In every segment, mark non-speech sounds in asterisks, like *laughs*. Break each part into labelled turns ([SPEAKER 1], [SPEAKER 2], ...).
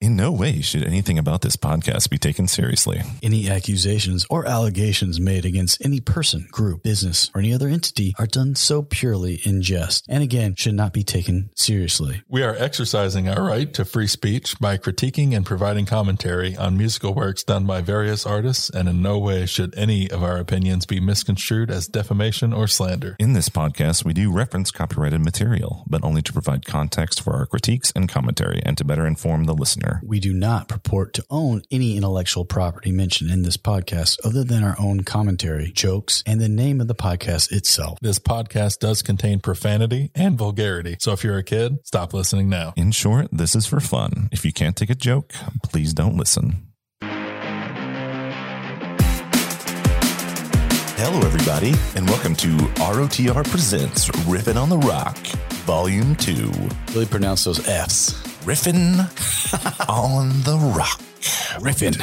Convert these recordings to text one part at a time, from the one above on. [SPEAKER 1] In no way should anything about this podcast be taken seriously.
[SPEAKER 2] Any accusations or allegations made against any person, group, business, or any other entity are done so purely in jest, and again, should not be taken seriously.
[SPEAKER 3] We are exercising our right to free speech by critiquing and providing commentary on musical works done by various artists, and in no way should any of our opinions be misconstrued as defamation or slander.
[SPEAKER 1] In this podcast, we do reference copyrighted material, but only to provide context for our critiques and commentary and to better inform the listener.
[SPEAKER 2] We do not purport to own any intellectual property mentioned in this podcast other than our own commentary, jokes, and the name of the podcast itself.
[SPEAKER 3] This podcast does contain profanity and vulgarity, so if you're a kid, stop listening now.
[SPEAKER 1] In short, this is for fun. If you can't take a joke, please don't listen. Hello, everybody, and welcome to ROTR Presents Riffin' on the Rock, Volume 2.
[SPEAKER 2] Really pronounce those F's.
[SPEAKER 1] Riffin' *laughs* on the Rock.
[SPEAKER 2] Riffin.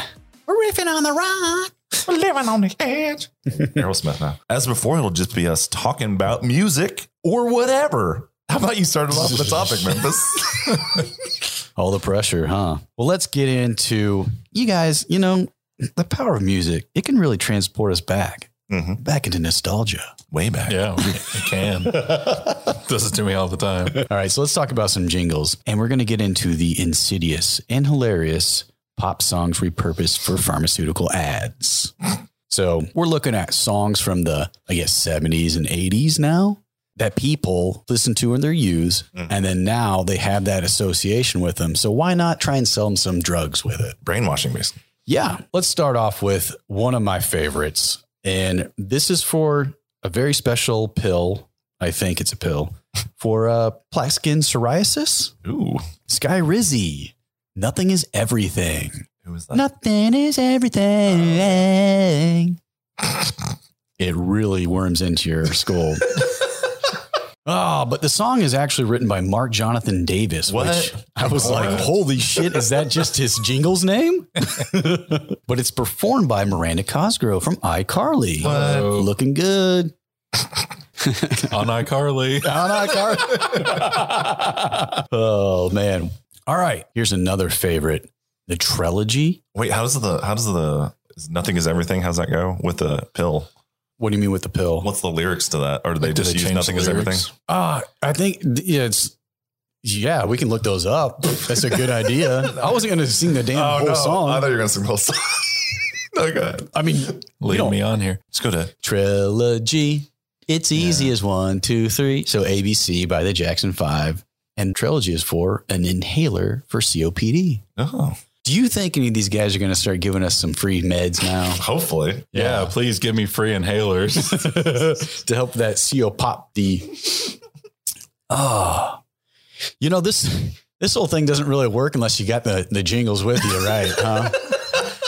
[SPEAKER 1] Riffin' on the Rock. We're living on the edge. *laughs* Aerosmith now. As before, it'll just be us talking about music or whatever. How about you started off with the
[SPEAKER 3] *laughs*
[SPEAKER 1] topic, Memphis?
[SPEAKER 2] All the pressure, huh? Well, let's get into you guys, you know, the power of music. It can really transport us back,
[SPEAKER 1] mm-hmm.
[SPEAKER 2] back into nostalgia.
[SPEAKER 1] Way back.
[SPEAKER 3] Yeah, it *laughs* can. Does it to me all the time.
[SPEAKER 2] All right, so let's talk about some jingles. And we're going to get into the insidious and hilarious pop songs repurposed for pharmaceutical ads. So we're looking at songs from the, I guess, 70s and 80s now that people listen to in their youth. And then now they have that association with them. So why not try and sell them some drugs with it?
[SPEAKER 1] Brainwashing, basically.
[SPEAKER 2] Yeah. Let's start off with one of my favorites. And this is for a very special pill. I think it's a pill for uh, plaque skin psoriasis.
[SPEAKER 1] Ooh.
[SPEAKER 2] Sky Rizzy. Nothing is everything.
[SPEAKER 1] Who was that?
[SPEAKER 2] Nothing is everything. *laughs* It really worms into your
[SPEAKER 1] *laughs*
[SPEAKER 2] skull. Oh, but the song is actually written by Mark Jonathan Davis, which
[SPEAKER 1] What?
[SPEAKER 2] I was like,
[SPEAKER 1] What?
[SPEAKER 2] holy shit, is that just his
[SPEAKER 1] *laughs*
[SPEAKER 2] jingle's name? but it's performed by Miranda Cosgrove from iCarly.
[SPEAKER 1] What?
[SPEAKER 3] Oh,
[SPEAKER 2] Looking good.
[SPEAKER 3] on iCarly.
[SPEAKER 2] on
[SPEAKER 1] *laughs*
[SPEAKER 2] iCarly. *laughs* oh, man. All right. Here's another favorite the trilogy.
[SPEAKER 1] Wait, how does the how does the is nothing is everything? How's that go with the pill?
[SPEAKER 2] What do you mean with the pill?
[SPEAKER 1] What's the lyrics to that? Or do they
[SPEAKER 3] Like, do
[SPEAKER 1] just
[SPEAKER 3] they
[SPEAKER 1] use
[SPEAKER 3] change
[SPEAKER 1] nothing
[SPEAKER 3] the
[SPEAKER 1] is everything?
[SPEAKER 3] lyrics?
[SPEAKER 2] Uh, I think th- yeah, it's yeah, we can look those up. That's a good idea. I wasn't gonna sing the damn whole song.
[SPEAKER 1] Oh, I thought you were gonna sing the whole song. *laughs* no, go ahead.
[SPEAKER 2] I mean you
[SPEAKER 3] Lead
[SPEAKER 2] don't-
[SPEAKER 3] me on here.
[SPEAKER 1] Let's go to
[SPEAKER 2] trilogy. It's easy as one, two, three. So ABC by the Jackson Five. And trilogy is for an inhaler for COPD.
[SPEAKER 1] Oh,
[SPEAKER 2] Do you think any of these guys are gonna start giving us some free meds now
[SPEAKER 1] hopefully.
[SPEAKER 3] Yeah,
[SPEAKER 2] Yeah.
[SPEAKER 3] please give me free inhalers.
[SPEAKER 2] *laughs* to help that CO pop the Oh. You know, this this whole thing doesn't really work unless you got the, the jingles with you, right? Huh?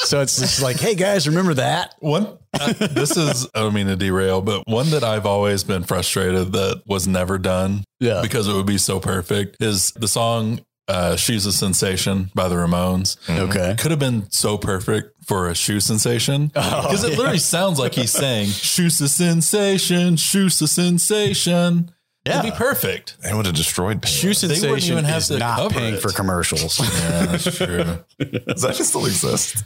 [SPEAKER 2] so it's just like, hey guys, remember that?
[SPEAKER 3] One, uh, this is, I don't mean to derail, but one that I've always been frustrated that was never done
[SPEAKER 2] Yeah.
[SPEAKER 3] because it would be so perfect is the song uh, She's a Sensation by the Ramones.
[SPEAKER 2] Okay.
[SPEAKER 3] It could have been so perfect for a shoe sensation
[SPEAKER 2] Oh,
[SPEAKER 3] because it literally sounds like he's saying, Shoes a sensation, shoes a sensation. It'd
[SPEAKER 2] *laughs*
[SPEAKER 3] be perfect.
[SPEAKER 1] They would have destroyed Pink.
[SPEAKER 2] Shoe
[SPEAKER 3] wouldn't
[SPEAKER 2] sensation
[SPEAKER 3] even have
[SPEAKER 2] is
[SPEAKER 3] to
[SPEAKER 2] not
[SPEAKER 3] cover
[SPEAKER 2] paying
[SPEAKER 3] it.
[SPEAKER 2] for *laughs* commercials.
[SPEAKER 3] Yeah, that's true.
[SPEAKER 1] Does that still exist?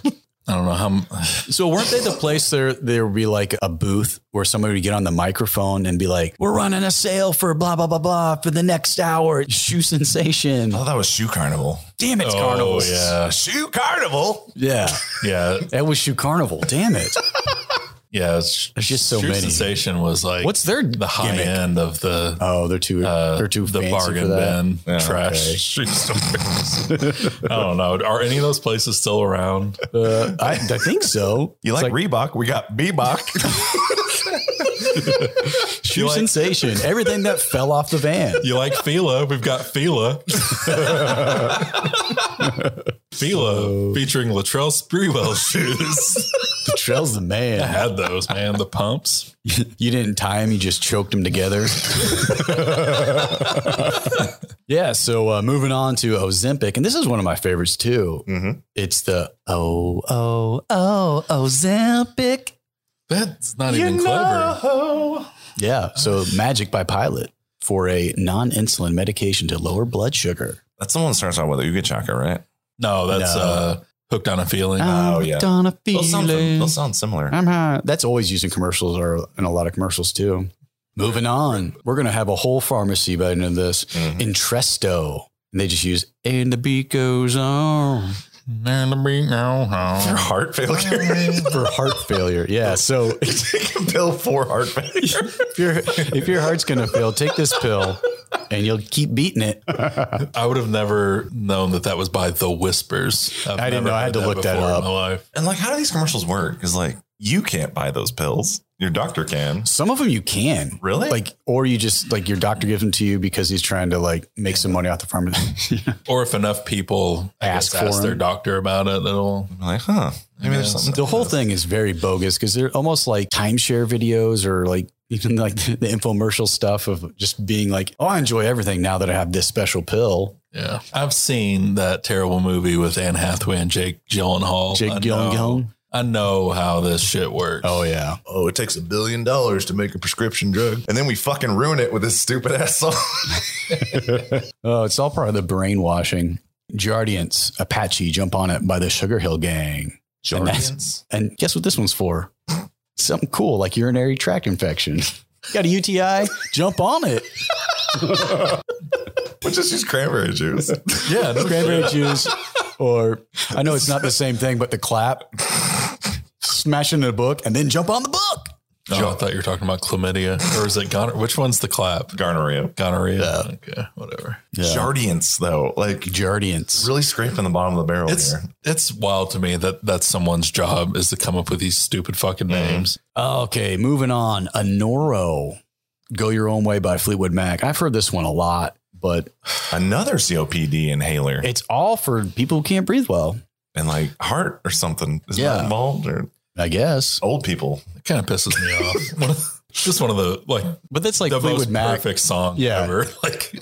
[SPEAKER 3] I don't know how. m-
[SPEAKER 2] Oh, so weren't they the place there there would be like a booth where somebody would get on the microphone and be like, We're running a sale for blah blah blah blah for the next hour. Shoe sensation.
[SPEAKER 1] Oh, that was Shoe Carnival.
[SPEAKER 2] Damn it's
[SPEAKER 3] Oh,
[SPEAKER 2] carnivals.
[SPEAKER 3] yeah.
[SPEAKER 1] Shoe Carnival.
[SPEAKER 2] Yeah.
[SPEAKER 3] Yeah.
[SPEAKER 2] That was shoe carnival. Damn it.
[SPEAKER 3] *laughs* Yeah. It's,
[SPEAKER 2] There's just so
[SPEAKER 3] shoe
[SPEAKER 2] many.
[SPEAKER 3] sensation was like
[SPEAKER 2] What's their
[SPEAKER 3] the high
[SPEAKER 2] gimmick?
[SPEAKER 3] end of the
[SPEAKER 2] Oh, they're too
[SPEAKER 3] uh,
[SPEAKER 2] they're too
[SPEAKER 3] the
[SPEAKER 2] fancy
[SPEAKER 3] bargain
[SPEAKER 2] for that.
[SPEAKER 3] bin
[SPEAKER 1] Yeah,
[SPEAKER 3] trash. *laughs*
[SPEAKER 1] okay.
[SPEAKER 3] shoes. I don't know. Are any of those places still around?
[SPEAKER 2] Uh, I, I think
[SPEAKER 3] *laughs*
[SPEAKER 2] so.
[SPEAKER 1] You
[SPEAKER 2] It's
[SPEAKER 1] like, Reebok? We got
[SPEAKER 2] *laughs*
[SPEAKER 1] Bebop.
[SPEAKER 2] shoe
[SPEAKER 3] you like-
[SPEAKER 2] sensation. Everything that fell off the
[SPEAKER 3] *laughs*
[SPEAKER 2] van.
[SPEAKER 3] You like Fila? We've got Fila. *laughs* Fila featuring Latrell Sprewell shoes.
[SPEAKER 2] The trail's the
[SPEAKER 3] I *laughs*
[SPEAKER 2] man.
[SPEAKER 3] had those, man. The pumps.
[SPEAKER 2] You didn't tie him. You just choked him together.
[SPEAKER 3] *laughs*
[SPEAKER 2] *laughs* yeah. So uh, moving on to Ozempic, and this is one of my favorites too.
[SPEAKER 3] Mm-hmm.
[SPEAKER 1] Mhm.
[SPEAKER 2] It's the oh oh oh Ozempic.
[SPEAKER 3] That's not even clever.
[SPEAKER 2] Yeah.
[SPEAKER 3] *sighs*
[SPEAKER 2] So Magic by Pilot for a non-insulin medication to lower blood sugar.
[SPEAKER 1] That's the one that starts out with a Uga Chaka, right?
[SPEAKER 3] No, that's
[SPEAKER 2] No. Uh.
[SPEAKER 3] uh hooked on a feeling. *laughs*
[SPEAKER 1] Oh,
[SPEAKER 2] I'm
[SPEAKER 1] yeah.
[SPEAKER 2] gonna feel
[SPEAKER 1] Those sound,
[SPEAKER 2] it.
[SPEAKER 1] those sound similar.
[SPEAKER 2] I'm high. That's always used in commercials or in a lot of commercials too. Moving on, we're gonna have a whole pharmacy by the end of this.
[SPEAKER 1] Mhm.
[SPEAKER 2] Entresto. And they just use and the beat goes on
[SPEAKER 1] For heart
[SPEAKER 2] *laughs*
[SPEAKER 1] failure.
[SPEAKER 2] for heart failure. Yeah. So
[SPEAKER 1] Take a pill for heart
[SPEAKER 2] *laughs*
[SPEAKER 1] failure.
[SPEAKER 2] if your if your heart's gonna fail, take this pill and you'll keep beating it.
[SPEAKER 3] I would have never known that that was by The Whispers. I've
[SPEAKER 2] I didn't
[SPEAKER 3] never
[SPEAKER 2] know. I had
[SPEAKER 3] heard
[SPEAKER 2] to look that
[SPEAKER 3] before in
[SPEAKER 2] up.
[SPEAKER 3] my life.
[SPEAKER 1] and like, how do these commercials work? Because like, you can't buy those pills. Your doctor can.
[SPEAKER 2] Some of them you can.
[SPEAKER 1] Really?
[SPEAKER 2] Like, or you just like your doctor gives them to you because he's trying to like make some money off the pharmacy.
[SPEAKER 3] Or if enough people I
[SPEAKER 2] Ask
[SPEAKER 3] guess, ask,
[SPEAKER 2] for
[SPEAKER 3] their
[SPEAKER 2] 'em.
[SPEAKER 3] doctor about it, it'll.
[SPEAKER 1] I'm like, huh? Maybe there's something.
[SPEAKER 2] The whole thing is very bogus because they're almost like timeshare videos or like *laughs* even like the, the infomercial stuff of just being like, oh, I enjoy everything now that I have this special pill.
[SPEAKER 3] Yeah, I've seen that terrible movie with Anne Hathaway and Jake Gyllenhaal.
[SPEAKER 2] Jake
[SPEAKER 3] I know,
[SPEAKER 2] Gyllenhaal.
[SPEAKER 3] I know how this shit works.
[SPEAKER 2] Oh, yeah.
[SPEAKER 1] Oh, it takes a billion dollars to make a prescription drug, and then we fucking ruin it with this stupid ass song.
[SPEAKER 2] Oh, it's all part of the brainwashing. Jardiance, Apache, Jump On It by the Sugar Hill Gang. And that's-
[SPEAKER 1] *laughs* Jardians?
[SPEAKER 2] And guess what this one's *laughs* for? Something cool like urinary tract infection. *laughs* Got a UTI? Jump on it.
[SPEAKER 1] We just use cranberry
[SPEAKER 2] *laughs*
[SPEAKER 1] juice.
[SPEAKER 3] yeah, no
[SPEAKER 2] Cranberry juice. Or I know it's not the same thing, but the clap, smashing the book, and then jump on the book.
[SPEAKER 3] Oh, I thought you were talking about chlamydia, or is it gonorrhea? Which one's the clap?
[SPEAKER 1] Gonorrhea.
[SPEAKER 3] Gonorrhea. Okay, whatever.
[SPEAKER 1] Jardians, though, like
[SPEAKER 2] Jardiance.
[SPEAKER 1] really scraping the bottom of the barrel
[SPEAKER 3] It's
[SPEAKER 1] here.
[SPEAKER 3] it's wild to me that that's someone's job is to come up with these stupid fucking
[SPEAKER 2] Mm-hmm.
[SPEAKER 3] names.
[SPEAKER 2] Okay, moving on. Anoro, Go Your Own Way by Fleetwood Mac. I've heard this one a lot, but
[SPEAKER 1] Another COPD inhaler
[SPEAKER 2] it's all for people who can't breathe well,
[SPEAKER 1] and like heart or something is
[SPEAKER 2] Yeah.
[SPEAKER 1] not involved or
[SPEAKER 2] I guess.
[SPEAKER 1] old people.
[SPEAKER 3] It kind of pisses
[SPEAKER 2] *laughs*
[SPEAKER 3] me off. One of- just one of the like
[SPEAKER 2] But that's like
[SPEAKER 3] the
[SPEAKER 2] Fleetwood
[SPEAKER 3] most
[SPEAKER 2] Mac.
[SPEAKER 3] perfect song
[SPEAKER 2] Yeah.
[SPEAKER 3] ever. *laughs* Like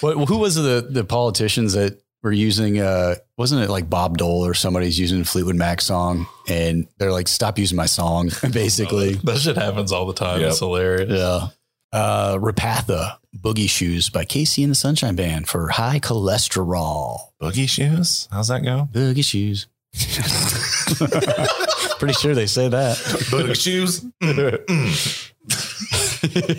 [SPEAKER 2] What, who was the the politicians that were using? Uh, wasn't it like Bob Dole or somebody's using a Fleetwood Mac song, and they're like, "Stop using my song," *laughs* basically.
[SPEAKER 3] that shit happens all the time.
[SPEAKER 1] Yep.
[SPEAKER 3] It's hilarious.
[SPEAKER 2] yeah. Uh, Rapatha Boogie Shoes by Casey and the Sunshine Band for high cholesterol.
[SPEAKER 1] Boogie shoes? How's that go?
[SPEAKER 2] Boogie Shoes. *laughs* Pretty sure they say that.
[SPEAKER 1] Boogie shoes. Mm, mm.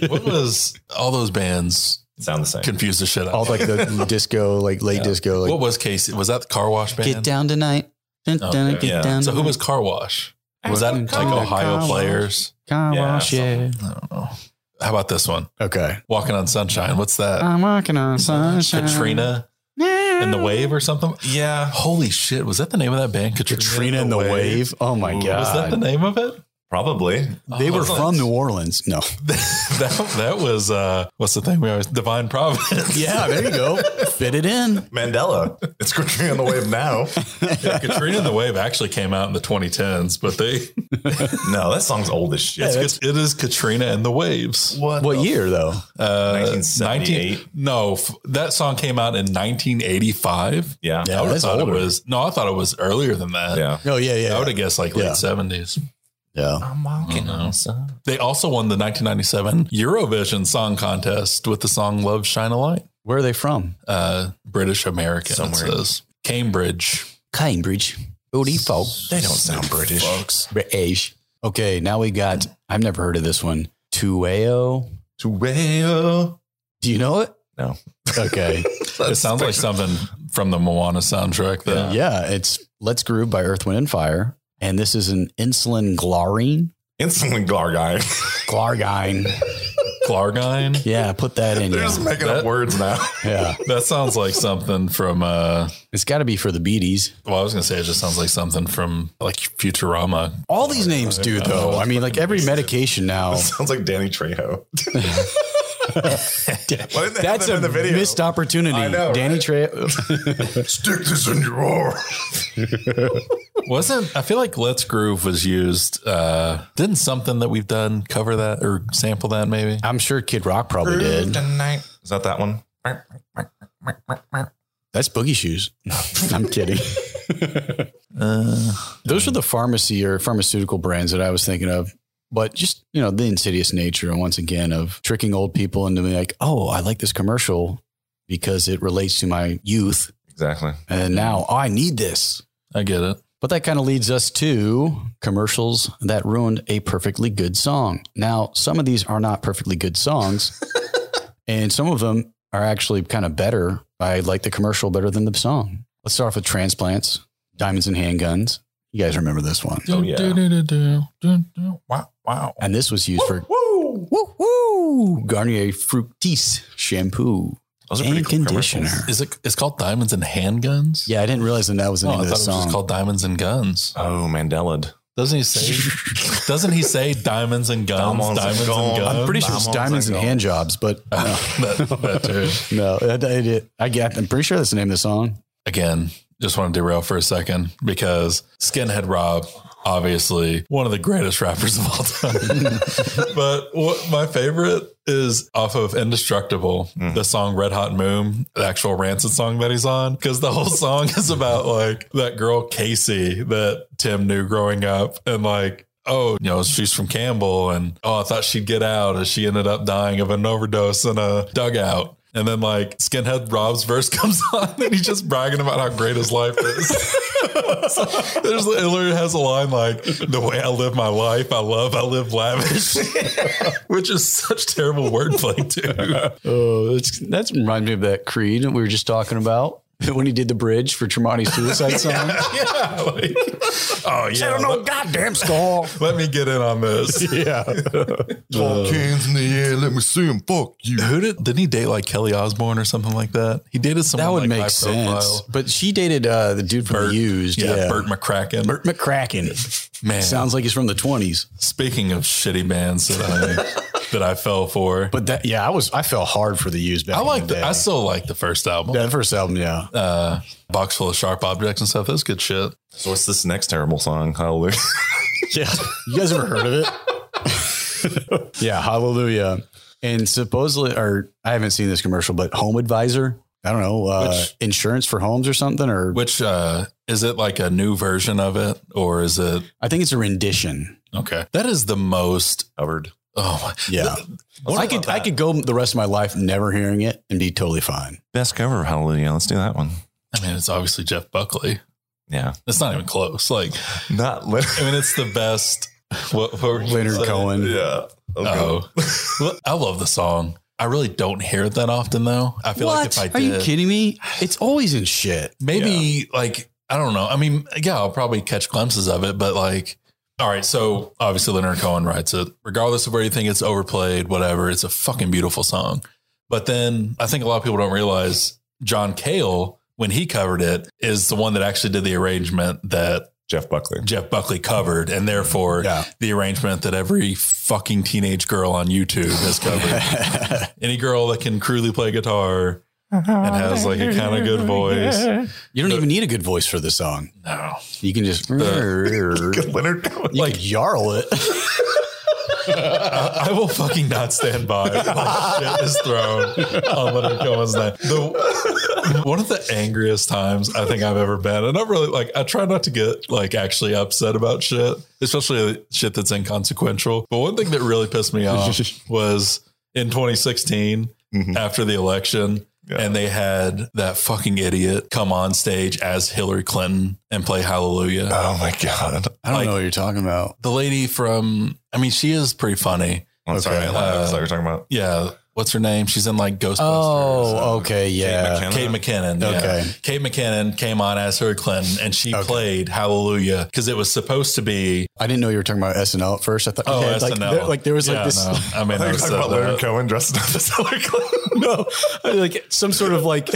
[SPEAKER 3] What was all those bands
[SPEAKER 1] Sound the same.
[SPEAKER 3] confused the shit out?
[SPEAKER 2] All
[SPEAKER 3] of me?
[SPEAKER 2] like the disco, like late
[SPEAKER 3] Yeah.
[SPEAKER 2] disco, like
[SPEAKER 3] what was Casey? Was that the Car Wash band?
[SPEAKER 2] get down tonight. Dun, dun,
[SPEAKER 1] Okay.
[SPEAKER 2] get
[SPEAKER 1] Yeah.
[SPEAKER 2] down
[SPEAKER 3] So who
[SPEAKER 2] tonight.
[SPEAKER 3] was Car Wash? Was that
[SPEAKER 2] Car
[SPEAKER 3] like
[SPEAKER 2] Wash.
[SPEAKER 3] Ohio players?
[SPEAKER 2] Car
[SPEAKER 1] Yeah,
[SPEAKER 2] wash, yeah.
[SPEAKER 3] I don't know. How about this one?
[SPEAKER 2] Okay.
[SPEAKER 3] Walking on Sunshine. What's that?
[SPEAKER 2] I'm walking on sunshine.
[SPEAKER 3] Katrina and the Wave or something?
[SPEAKER 1] yeah.
[SPEAKER 3] Holy shit. Was that the name of that band? Katrina,
[SPEAKER 2] Katrina and the Wave. Oh my
[SPEAKER 1] Ooh, was
[SPEAKER 2] god.
[SPEAKER 3] Was that the name of it?
[SPEAKER 1] Probably.
[SPEAKER 2] they
[SPEAKER 3] Oh,
[SPEAKER 2] were
[SPEAKER 3] that's
[SPEAKER 2] from
[SPEAKER 3] nice.
[SPEAKER 2] New Orleans. No.
[SPEAKER 3] *laughs* that, that was uh what's the thing we always
[SPEAKER 2] *laughs*
[SPEAKER 3] divine providence.
[SPEAKER 2] *laughs* Yeah, there you go. Fit it in.
[SPEAKER 1] Mandela. It's Katrina on the wave now.
[SPEAKER 3] Yeah, Katrina and the Wave actually came out in the 2010s, but they
[SPEAKER 1] No, that song's old as shit.
[SPEAKER 3] it's, it is Katrina and the Waves.
[SPEAKER 1] what?
[SPEAKER 2] What year though?
[SPEAKER 3] Uh,
[SPEAKER 1] 1978?
[SPEAKER 3] 19 no, f- that song came out in 1985.
[SPEAKER 1] Yeah.
[SPEAKER 2] Yeah.
[SPEAKER 3] I would have
[SPEAKER 2] that's
[SPEAKER 3] thought
[SPEAKER 2] older.
[SPEAKER 3] it was no, I thought it was earlier than that.
[SPEAKER 1] Yeah.
[SPEAKER 2] Oh yeah, yeah.
[SPEAKER 3] I would have guessed like late
[SPEAKER 2] Yeah.
[SPEAKER 3] 70s.
[SPEAKER 2] yeah.
[SPEAKER 1] I'm walking
[SPEAKER 2] Uh-huh.
[SPEAKER 3] on
[SPEAKER 1] sun.
[SPEAKER 3] They also won the 1997 Eurovision Song Contest with the song Love Shine a Light.
[SPEAKER 2] Where are they from?
[SPEAKER 3] Uh, British American, it
[SPEAKER 1] Somewhere.
[SPEAKER 3] says. Cambridge.
[SPEAKER 2] Cambridge. OD folk.
[SPEAKER 1] They don't sound British.
[SPEAKER 3] Folks.
[SPEAKER 2] British. Okay, now we got I've never heard of this one. Tueo.
[SPEAKER 1] To well.
[SPEAKER 2] Do you know it?
[SPEAKER 1] No.
[SPEAKER 2] *laughs* Okay.
[SPEAKER 3] It sounds like something from the Moana soundtrack. Though.
[SPEAKER 2] yeah, it's Let's Groove by Earth, Wind, and Fire. And this is an insulin glarine.
[SPEAKER 1] Insulin *laughs* Glargine.
[SPEAKER 2] Glargine.
[SPEAKER 3] Clargine.
[SPEAKER 2] Yeah, put that in.
[SPEAKER 1] They're
[SPEAKER 2] Yeah.
[SPEAKER 1] just making up
[SPEAKER 3] That-
[SPEAKER 1] words now.
[SPEAKER 2] yeah.
[SPEAKER 3] That sounds like something from. uh
[SPEAKER 2] It's got to be for the beaties.
[SPEAKER 3] Well, I was gonna say it just sounds like something from like Futurama.
[SPEAKER 2] All these names do, though. I mean, like every medication *laughs* now.
[SPEAKER 1] Sounds like Danny Trejo. Why didn't they have
[SPEAKER 2] That's
[SPEAKER 1] them
[SPEAKER 2] a
[SPEAKER 1] in the video?
[SPEAKER 2] missed opportunity.
[SPEAKER 1] I know,
[SPEAKER 2] Danny Trey.
[SPEAKER 1] Stick this in your arm.
[SPEAKER 3] Wasn't I feel like Let's Groove was used? uh Didn't something that we've done cover that or sample that maybe?
[SPEAKER 2] I'm sure Kid Rock probably
[SPEAKER 1] *laughs*
[SPEAKER 2] did.
[SPEAKER 1] Tonight. Is that that one?
[SPEAKER 2] That's Boogie Shoes. *laughs* I'm kidding.
[SPEAKER 3] Uh,
[SPEAKER 2] Those are the pharmacy or pharmaceutical brands that I was thinking of. But just, you know, the insidious nature, once again, of tricking old people into being like, oh, I like this commercial because it relates to my youth.
[SPEAKER 1] Exactly.
[SPEAKER 2] And now oh, I need this.
[SPEAKER 3] I get it.
[SPEAKER 2] But that kind of leads us to commercials that ruined a perfectly good song. Now, some of these are not perfectly good songs, and some of them are actually kind of better. I like the commercial better than the song. Let's start off with Transplants, Diamonds and Handguns. You guys remember this one.
[SPEAKER 1] Oh, yeah.
[SPEAKER 3] Do, do, do, do, do, do. Wow, wow.
[SPEAKER 2] And this was used for
[SPEAKER 1] Woo!
[SPEAKER 2] woo, woo, Garnier Fructis shampoo
[SPEAKER 1] Those are pretty
[SPEAKER 2] and
[SPEAKER 1] cool
[SPEAKER 2] conditioner.
[SPEAKER 1] commercials.
[SPEAKER 3] Is it? It's called Diamonds and Handguns.
[SPEAKER 2] Yeah, I didn't realize that that was the
[SPEAKER 3] Oh, I
[SPEAKER 2] name
[SPEAKER 3] thought
[SPEAKER 2] of
[SPEAKER 3] it
[SPEAKER 2] the
[SPEAKER 3] was just
[SPEAKER 2] song.
[SPEAKER 3] called Diamonds and Guns.
[SPEAKER 1] Oh, Mandela.
[SPEAKER 3] Doesn't
[SPEAKER 1] *laughs*
[SPEAKER 3] he say? doesn't he say Diamonds and Guns?
[SPEAKER 1] Diamonds and
[SPEAKER 3] Diamonds, and,
[SPEAKER 1] Guns.
[SPEAKER 3] Guns.
[SPEAKER 2] I'm pretty sure it's diamonds
[SPEAKER 1] Diamonds
[SPEAKER 2] and
[SPEAKER 1] and
[SPEAKER 2] hand jobs, but no,
[SPEAKER 3] *laughs* that, that too.
[SPEAKER 2] *laughs* no it, it, it- I get. I'm pretty sure that's the name of the song.
[SPEAKER 3] again, just want to derail for a second because Skinhead Rob, obviously one of the greatest rappers of all time. *laughs* but what my favorite is off of Indestructible, the song Red Hot Moon, the actual Rancid song that he's on, because the whole song is about like that girl Casey that Tim knew growing up and like oh, you know, she's from Campbell and oh, I thought she'd get out as she ended up dying of an overdose in a dugout. And then like skinhead Rob's verse *laughs* comes on and he's just bragging about how great his life is. *laughs* There's Hillary has a line like the way I live my life, I love, I live lavish, *laughs* which is such terrible wordplay too. *laughs*
[SPEAKER 2] Oh, that's that reminds me of that Creed we were just talking about *laughs* when he did the bridge for Tremonti's *laughs* suicide song.
[SPEAKER 3] yeah, like, oh yeah, let,
[SPEAKER 1] goddamn
[SPEAKER 2] *laughs*
[SPEAKER 1] skull.
[SPEAKER 3] let me get in on this.
[SPEAKER 1] All cans in the air. Let me see him. Fuck you.
[SPEAKER 3] Uh, Who did? Didn't he date like Kelly Osbourne or something like that? He dated someone
[SPEAKER 2] That would
[SPEAKER 3] like, high
[SPEAKER 2] make sense.
[SPEAKER 3] profile.
[SPEAKER 2] But she dated uh, the dude from
[SPEAKER 3] Bert.
[SPEAKER 2] the Used.
[SPEAKER 3] Yeah,
[SPEAKER 2] Yeah,
[SPEAKER 3] Burt McCracken.
[SPEAKER 2] Burt McCracken.
[SPEAKER 3] Man,
[SPEAKER 2] Sounds like he's from the 20s.
[SPEAKER 3] speaking of shitty bands that I
[SPEAKER 1] *laughs*
[SPEAKER 3] that I fell for,
[SPEAKER 2] But that, yeah, I was, I fell hard for the Used. Back
[SPEAKER 3] I
[SPEAKER 2] in
[SPEAKER 3] like.
[SPEAKER 2] the,
[SPEAKER 3] The,
[SPEAKER 2] day.
[SPEAKER 3] I still like the first album.
[SPEAKER 2] that first album. Yeah,
[SPEAKER 3] Uh, box full of sharp objects and stuff. That's good shit.
[SPEAKER 1] So what's this next terrible song? Hallelujah. *laughs*
[SPEAKER 2] yeah. *laughs* You guys ever heard of it?
[SPEAKER 3] *laughs*
[SPEAKER 2] yeah, Hallelujah. And supposedly, or I haven't seen this commercial, but Home Advisor. I don't know, uh,
[SPEAKER 3] Which-
[SPEAKER 2] insurance for homes or something, or
[SPEAKER 3] Which uh, is it like a new version of it or is it
[SPEAKER 2] I think it's a rendition.
[SPEAKER 3] okay? That is the most.
[SPEAKER 1] Covered.
[SPEAKER 3] Oh my.
[SPEAKER 2] Yeah, I could I could go the rest of my life never hearing it and be totally fine.
[SPEAKER 1] Best cover of Hallelujah. Let's do that one.
[SPEAKER 3] I mean, it's obviously Jeff Buckley.
[SPEAKER 1] Yeah.
[SPEAKER 3] It's not even close. Like,
[SPEAKER 1] Not
[SPEAKER 3] *laughs* I mean, it's the best. What, what were you
[SPEAKER 2] Leonard
[SPEAKER 3] saying?
[SPEAKER 2] Cohen.
[SPEAKER 1] Yeah.
[SPEAKER 3] Oh, *laughs* well, I love the song. I really don't hear it that often, though. I feel like if I did,
[SPEAKER 2] Are you kidding me? It's always in shit.
[SPEAKER 3] maybe like I don't know. I mean, yeah, I'll probably catch glimpses of it, but like, all right. So obviously, Leonard Cohen writes it. Regardless of where you think it's overplayed, whatever, it's a fucking beautiful song. But then I think a lot of people don't realize John Cale when he covered it is the one that actually did the arrangement that
[SPEAKER 1] Jeff Buckley. *laughs*
[SPEAKER 3] Jeff Buckley covered, and therefore
[SPEAKER 2] *laughs* Yeah.
[SPEAKER 3] the arrangement that every fucking teenage girl on YouTube has
[SPEAKER 2] *laughs*
[SPEAKER 3] covered. Any girl that can crudely play guitar and has like a kind of good voice.
[SPEAKER 2] you don't even need a good voice for the song.
[SPEAKER 3] No.
[SPEAKER 2] You can just *laughs*
[SPEAKER 1] Good Leonard Cohen.
[SPEAKER 2] like yarl it.
[SPEAKER 3] I, I will fucking not stand by when shit is thrown on Leonard Cohen's name. The, one of the angriest times I think I've ever been, and I'm really like I try not to get like actually upset about shit, especially shit that's inconsequential. But one thing that really pissed me off was in 2016
[SPEAKER 2] Mm-hmm.
[SPEAKER 3] after the election.
[SPEAKER 1] Yeah.
[SPEAKER 3] And they had that fucking idiot come on stage as Hillary Clinton and play Hallelujah
[SPEAKER 2] Uh,
[SPEAKER 1] Oh my God.
[SPEAKER 2] *laughs* I don't
[SPEAKER 3] Like-
[SPEAKER 2] know what you're talking about.
[SPEAKER 3] the lady from I mean, she is pretty funny.
[SPEAKER 1] I'm sorry. I laughed. Is that what you're talking about?
[SPEAKER 3] Yeah. What's her name? She's in like Ghostbusters.
[SPEAKER 2] Oh,
[SPEAKER 3] Uh,
[SPEAKER 2] okay, yeah.
[SPEAKER 1] McKenna?
[SPEAKER 3] Kate McKinnon. yeah.
[SPEAKER 2] Okay.
[SPEAKER 3] Kate McKinnon came on as Hillary Clinton and she
[SPEAKER 2] Okay.
[SPEAKER 3] played Hallelujah because it was supposed to be.
[SPEAKER 2] I didn't know you were talking about SNL at first. I thought,
[SPEAKER 3] Oh,
[SPEAKER 2] yeah, like,
[SPEAKER 3] SNL.
[SPEAKER 2] there, like there was
[SPEAKER 3] Yeah,
[SPEAKER 2] like this, *laughs*
[SPEAKER 3] no, I mean,
[SPEAKER 1] I
[SPEAKER 3] I
[SPEAKER 1] was talking about Leonard
[SPEAKER 3] that.
[SPEAKER 1] Cohen dressed up as Hillary Clinton.
[SPEAKER 2] no, *laughs* like some sort of like